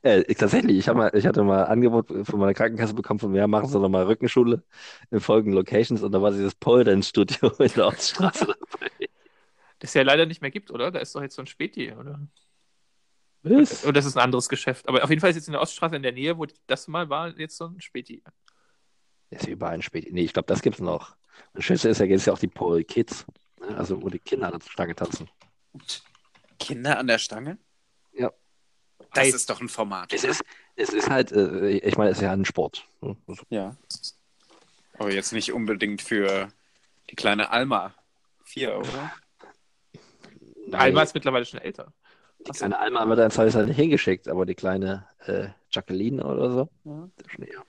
S1: Äh, ich- tatsächlich, ich, hab mal, ich hatte mal ein Angebot von meiner Krankenkasse bekommen, von mir machen sie doch mal Rückenschule (laughs) in folgenden Locations und da war dieses Pole Dance Studio in der Ortsstraße dabei.
S2: Das ja leider nicht mehr gibt, oder? Da ist doch jetzt so ein Späti, oder?
S1: (laughs) Was?
S2: Oder das ist ein anderes Geschäft. Aber auf jeden Fall ist jetzt in der Oststraße in der Nähe, wo das mal war, jetzt so ein Späti.
S1: Ist überall ein Spät. Nee, ich glaube, das gibt's noch. Und das Schönste ist, da gibt es ja auch die Pole Kids. ne? Also, wo die Kinder an der Stange tanzen.
S4: Kinder an der Stange?
S1: Ja.
S4: Das ist doch ein Format.
S1: Es ist, es ist halt, äh, ich meine, es ist ja ein Sport. ne? Also,
S4: Ja.
S3: Aber jetzt nicht unbedingt für die kleine Alma. Vier, oder?
S1: nein,
S2: Alma ist mittlerweile schon älter.
S1: die kleine Alma wird dann zwar halt hingeschickt, aber die kleine äh, Jacqueline oder so.
S4: Ja.
S1: Schon eher.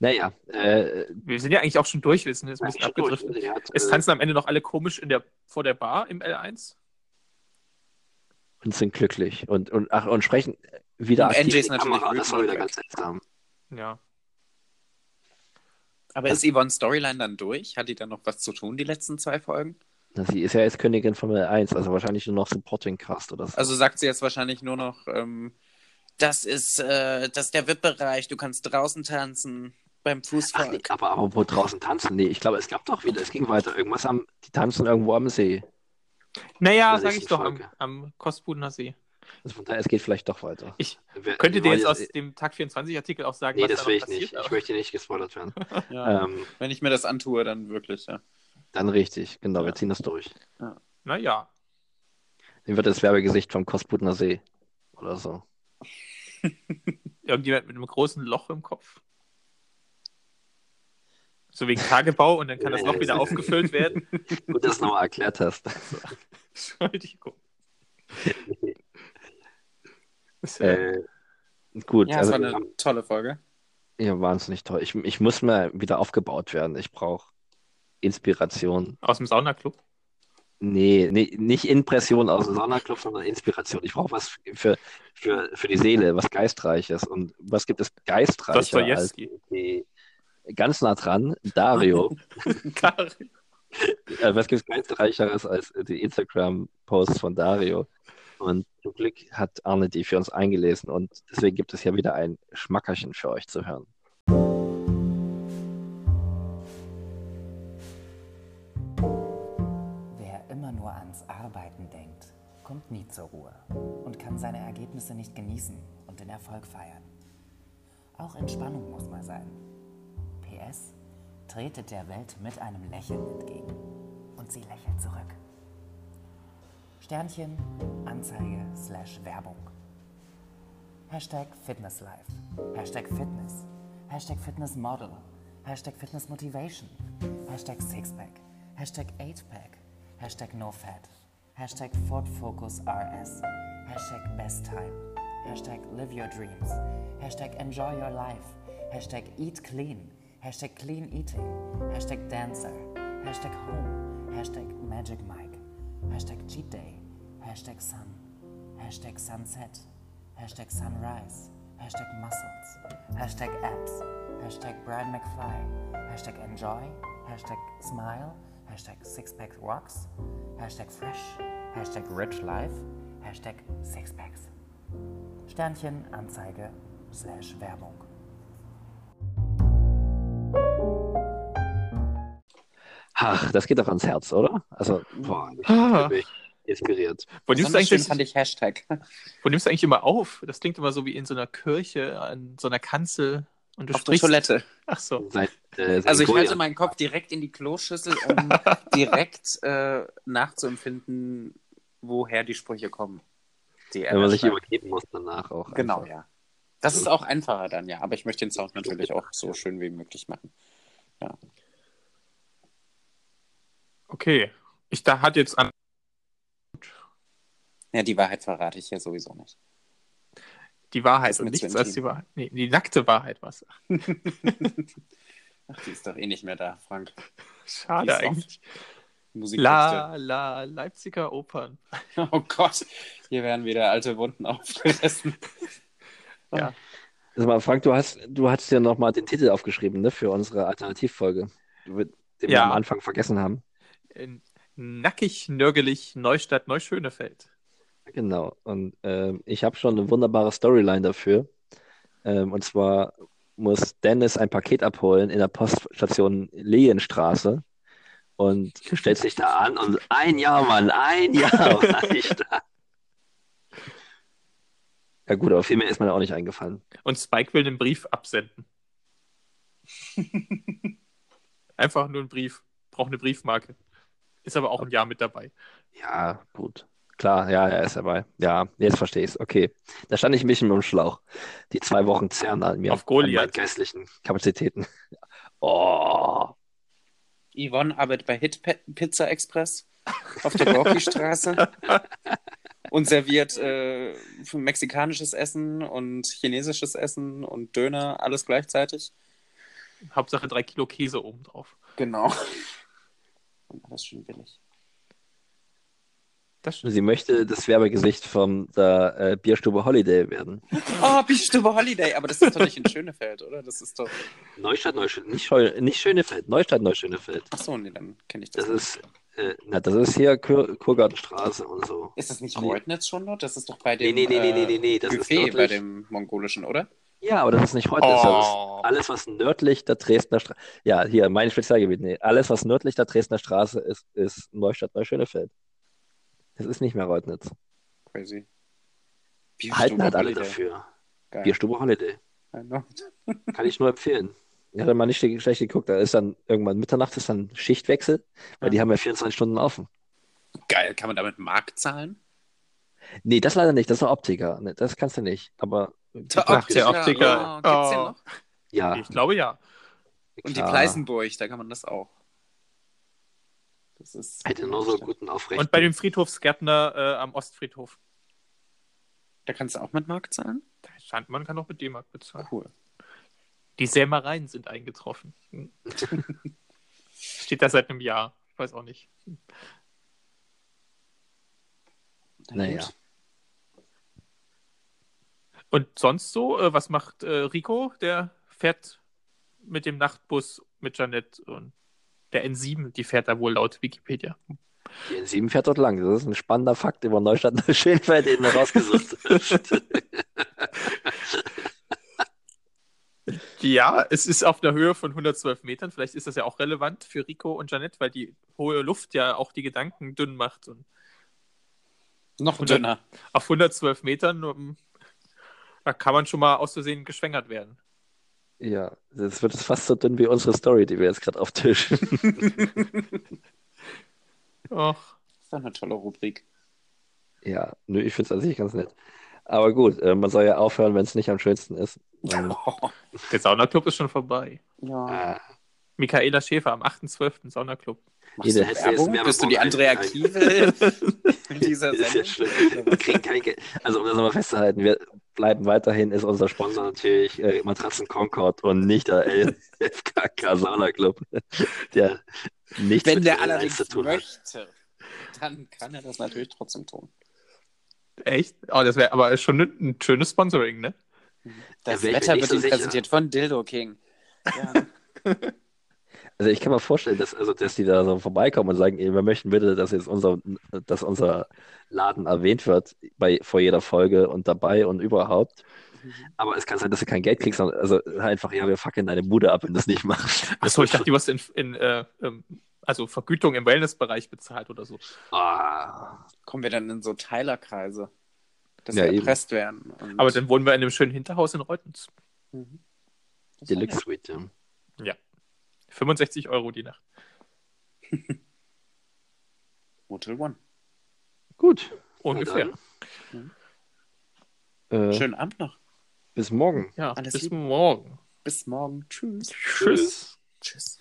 S1: Naja, äh,
S2: Wir sind ja eigentlich auch schon durch, wir sind jetzt ein bisschen
S1: schon durch.
S2: abgedriftet.
S1: Sie hat,
S2: Es
S1: äh,
S2: tanzen am Ende noch alle komisch in der, vor der Bar im L1.
S1: und sind glücklich und, und, ach, und sprechen wieder
S4: Und
S1: aktiv
S4: Angie
S1: in
S4: ist
S1: die
S4: natürlich
S1: Kamera. Das war wieder
S4: wütend.
S1: ganz seltsam.
S2: Ja.
S4: Aber ist Yvonne Storyline dann durch? Hat die dann noch was zu tun, die letzten zwei Folgen?
S1: Na, Sie ist ja jetzt Königin von L1, also wahrscheinlich nur noch Supporting Cast oder so.
S4: Also sagt sie jetzt wahrscheinlich nur noch, ähm, das ist, äh, das ist der VIP-Bereich, du kannst draußen tanzen beim
S1: Ach, nee,
S4: Fußvolk.
S1: aber apropos draußen tanzen, nee, ich glaube, es gab doch wieder, es ging weiter. Irgendwas am, die tanzen irgendwo am See.
S2: Naja,
S1: Das ist
S2: sage ich
S1: die
S2: doch, am,
S1: Folge.
S2: am Kostbudener See.
S1: Also von daher, es geht vielleicht doch weiter.
S2: Ich
S1: Wer-
S2: könnte dir
S1: weil
S2: jetzt aus dem Tag 24-Artikel auch sagen,
S1: äh, Nee,
S2: was
S1: das
S2: da
S1: will
S2: noch
S1: ich nicht.
S2: passiert.
S1: Ich möchte nicht gespoilert
S2: (laughs)
S1: werden.
S4: Ja.
S1: ähm,
S4: Wenn ich mir das antue, dann wirklich, ja.
S1: dann richtig, genau,
S4: Ja.
S1: wir ziehen das durch.
S2: Naja.
S1: Dann wird das Werbegesicht vom Kostbutner See oder so.
S2: Irgendjemand mit einem großen Loch im Kopf. So wegen Tagebau und dann kann das
S1: Äh,
S2: Loch wieder aufgefüllt werden.
S1: Gut, dass du nochmal erklärt (laughs) hast.
S2: (laughs) Entschuldigung. Das, äh,
S1: äh, gut,
S4: Ja, das
S1: also,
S4: war eine tolle
S2: (laughs)
S4: Folge.
S1: ja, wahnsinnig toll. Ich, ich muss mal wieder aufgebaut werden. Ich brauche Inspiration.
S2: aus dem Saunaclub.
S1: Nee, nee, nicht Impression aus dem Sonderclub, sondern Inspiration. Ich brauche was für, für, für die Seele, was Geistreiches. Und was gibt es Geistreicher als
S2: Dostojewski.
S1: die, ganz nah dran, Dario.
S2: Karin.
S1: Äh, was gibt es Geistreicheres als die Instagram-Posts von Dario? Und zum Glück hat Arne die für uns eingelesen und deswegen gibt es hier wieder ein Schmackerchen für euch zu hören.
S6: Wer immer nur ans Arbeiten denkt, kommt nie zur Ruhe und kann seine Ergebnisse nicht genießen und den Erfolg feiern. Auch Entspannung muss mal sein. PS, tretet der Welt mit einem Lächeln entgegen. Und sie lächelt zurück. Sternchen, Anzeige, slash Werbung. Hashtag Fitness Life. Hashtag Fitness. Hashtag Fitness Model. Hashtag Fitness Motivation. Hashtag Sixpack. Hashtag Eightpack. Hashtag No Fat. Hashtag Ford Focus RS. Hashtag Best Time. Hashtag Live Your Dreams. Hashtag Enjoy Your Life. Hashtag Eat Clean. Hashtag Clean Eating. Hashtag Dancer. Hashtag Home. Hashtag Magic Mike. Hashtag Cheat Day. Hashtag Sun. Hashtag Sunset. Hashtag Sunrise. Hashtag Muscles. Hashtag Apps. Hashtag Brian McFly. Hashtag Enjoy. Hashtag Smile. Hashtag Sixpack Rocks. Hashtag Fresh. Hashtag Rich Life. Hashtag Sixpacks. Sternchen, Anzeige, Slash Werbung.
S1: Ach, das geht doch ans Herz, oder? Also, boah, ich
S2: Ah.
S1: bin inspiriert.
S2: Wo nimmst, du
S4: Besonders schön
S2: eigentlich,
S4: fand ich Hashtag.
S2: wo nimmst du eigentlich immer auf? Das klingt immer so wie in so einer Kirche, an so einer Kanzel. Und du
S4: Auf der
S2: sprichst.
S4: Toilette.
S2: Ach so.
S1: Seit, äh, seit
S4: Also ich
S1: Goliath.
S4: halte meinen Kopf direkt in die Kloschüssel, um
S2: (laughs)
S4: direkt äh, nachzuempfinden, woher die Sprüche kommen. Die
S1: Wenn man
S4: Emma
S1: sich
S4: schreibt.
S1: übergeben muss danach auch. Also,
S4: Genau,
S1: einfach.
S4: ja. Das ist auch einfacher dann, ja. Aber ich möchte den Sound natürlich auch so schön wie möglich machen.
S2: Okay. Ich da hat jetzt an.
S4: Ja, die Wahrheit verrate ich ja sowieso
S2: (laughs)
S4: nicht.
S2: Die
S4: Das
S2: Wahrheit
S4: ist
S2: und
S4: mir zu
S2: nichts als die
S4: intim.
S2: Wahrheit. Nee, die nackte Wahrheit was.
S4: Ach, die ist doch eh nicht mehr da, Frank. Die
S2: Schade
S4: ist
S2: eigentlich.
S4: Musik.
S2: La, la, Leipziger Opern.
S4: Oh Gott, hier werden wieder alte Wunden (laughs) aufgerissen.
S1: Also mal, Frank, du hast, du hast ja nochmal den Titel aufgeschrieben, ne, für unsere Alternativfolge, den wir
S2: Ja.
S1: am Anfang vergessen haben.
S2: In Nackig, nörgelig, Neustadt, Neuschönefeld.
S1: Genau. Und ähm, ich habe schon eine wunderbare Storyline dafür. Ähm, und zwar muss Dennis ein Paket abholen in der Poststation Lehenstraße. und stellt sich da an und ein Jahr, Mann, ein Jahr war ich da. Ja gut, aber viel mehr ist mir da auch nicht eingefallen.
S2: Und Spike will einen Brief absenden. Einfach nur einen Brief. Braucht eine Briefmarke. Ist aber auch ein Jahr mit dabei.
S1: Ja, gut. Klar, ja, er ist dabei. Ja, jetzt verstehe ich es. Okay. Da stand ich ein bisschen im Schlauch. Die zwei Wochen zerren an mir.
S2: Auf
S1: an
S2: Goliath.
S1: meinen geistlichen Kapazitäten. (laughs) Oh.
S3: Yvonne arbeitet bei Hit Pe- Pizza Express auf der
S2: (laughs)
S3: Gorki-Straße und serviert äh, mexikanisches Essen und chinesisches Essen und Döner, alles gleichzeitig.
S2: Hauptsache drei Kilo Käse obendrauf.
S3: Genau. Und alles schön billig.
S2: Das stimmt.
S1: Sie möchte das Werbegesicht von der äh, Bierstube Holiday werden.
S3: Oh, Bistube Holiday, aber das ist doch nicht in Schönefeld, oder? Das ist doch.
S1: Neustadt, Neuschönefeld, nicht, Scheu- nicht Schönefeld, Neustadt, Neuschönefeld.
S3: Ach so, nee, dann kenne ich das.
S1: Das ist, äh, na, das ist hier Kur Kurgartenstraße und so.
S3: Ist das nicht
S1: Nee.
S3: Reutnitz schon dort? Das ist doch bei
S1: Nee,
S3: dem
S1: nee, nee, nee, nee, nee,
S3: äh,
S1: nee, das ist
S3: Buffet, bei
S1: nördlich.
S3: dem mongolischen, oder?
S1: Ja, aber das ist nicht heute.
S2: Oh.
S1: Das ist alles, was nördlich der Dresdner Straße, ja, hier, mein Spezialgebiet, nee, alles, was nördlich der Dresdner Straße ist, ist Neustadt, Neuschönefeld. Das ist nicht mehr Reutnitz.
S3: Crazy.
S1: Halten
S3: Bistube
S1: halt alle
S3: Holiday.
S1: dafür.
S3: Geil.
S1: Bierstube Holiday.
S3: I know.
S1: Kann ich nur
S3: (laughs)
S1: empfehlen. Ich hatte mal nicht schlecht geguckt. Da ist dann irgendwann Mitternacht, ist dann Schichtwechsel, weil die haben ja 24 Stunden offen.
S3: Geil, kann man damit Mark zahlen?
S1: Nee, das leider nicht. Das ist ein Optiker. Nee, Das kannst du nicht. Aber
S2: Ach, der Optiker.
S3: Ja, gibt's den
S2: Oh.
S3: noch?
S1: ja.
S2: Ich glaube ja.
S3: Und die
S1: klar.
S3: Pleißenburg, da kann man das auch. Das ist.
S1: Hätte nur so guten Aufrecht.
S2: Und bei dem Friedhofsgärtner äh, am Ostfriedhof.
S3: Da kannst du auch mit Mark zahlen?
S2: Da stand, man kann auch mit D-Mark bezahlen.
S3: Cool.
S2: Die Sämereien sind eingetroffen. Hm. Steht da seit einem Jahr. Ich weiß auch nicht.
S3: Na
S1: Naja.
S3: gut.
S2: Und sonst so, äh, was macht äh, Rico? Der fährt mit dem Nachtbus mit Janet und der N7, die fährt da wohl laut Wikipedia.
S1: Die N7 fährt dort lang. Das ist ein spannender Fakt über Neustadt (laughs) Neuschönfeld, den du rausgesucht
S2: (laughs)
S1: hast.
S2: Ja, es ist auf einer Höhe von 112 Metern. Vielleicht ist das ja auch relevant für Rico und Janet, weil die hohe Luft ja auch die Gedanken dünn macht. Und
S3: Noch
S2: Und
S3: dünner.
S2: auf 112 Metern, ähm, da kann man schon mal aus Versehen geschwängert werden.
S1: Ja, das wird jetzt fast so dünn wie unsere Story, die wir jetzt gerade auftischen.
S2: Ach,
S3: Das ist doch eine tolle Rubrik.
S1: (laughs) Ja, nö, ich finde es an sich ganz nett. Aber gut, äh, man soll ja aufhören, wenn es nicht am schönsten ist. Ähm,
S2: der Saunaclub ist schon vorbei.
S3: Ja.
S1: ah,
S2: Michaela Schäfer am 8.12. Saunaclub.
S3: Machst du
S1: Jeder hätte jetzt
S3: Werbung?
S1: Werbung
S3: Bist du die Andrea
S1: eingeschaltet.
S3: Kiewel dieser
S1: das ist (laughs) ja
S3: Sendung?
S1: schlimm. Wir kriegen kein Geld. Also, um das nochmal festzuhalten, wir bleiben weiterhin, ist unser Sponsor natürlich äh, Matratzen Concord und nicht der LFKK Sauna Club, (laughs) der nichts
S3: Wenn
S1: mit
S3: der
S1: den Airlines zu
S3: allerdings
S1: tun hat.
S3: möchte, dann kann er das natürlich trotzdem tun.
S2: Echt? Oh, das wäre aber schon ein, ein schönes Sponsoring, ne?
S3: Das
S1: wär ich mir
S3: Wetter
S1: nicht
S3: wird
S1: so
S3: ihm
S1: sicher.
S3: präsentiert von Dildo King. Ja.
S1: Also, ich kann mir vorstellen, dass, also, dass die da so vorbeikommen und sagen: ey, Wir möchten bitte, dass jetzt unser, dass unser Laden erwähnt wird bei, vor jeder Folge und dabei und überhaupt. Aber es kann sein, dass du kein Geld kriegst, sondern also einfach, ja, wir fucken deine Bude ab, wenn du es nicht machst.
S2: Achso, ich dachte, die wirst in, in äh, ähm, also Vergütung im Wellnessbereich bezahlt oder so.
S1: Ah.
S3: (laughs) Kommen wir dann in so Teilerkreise, dass
S1: Ja,
S3: wir
S1: eben.
S3: erpresst werden. Und
S2: Aber dann wohnen wir in einem schönen Hinterhaus in Reutens.
S3: Mhm. Das war
S1: Deluxe
S3: nett.
S1: Suite, ja.
S2: 65 Euro die Nacht.
S3: Motel One.
S1: Gut.
S2: Ungefähr.
S1: dann. Äh,
S3: Schönen Abend noch.
S1: Bis morgen.
S2: Ja,
S3: Alles
S2: bis
S3: lieb.
S2: morgen.
S3: Bis morgen. Tschüss.
S2: Tschüss.
S3: Tschüss.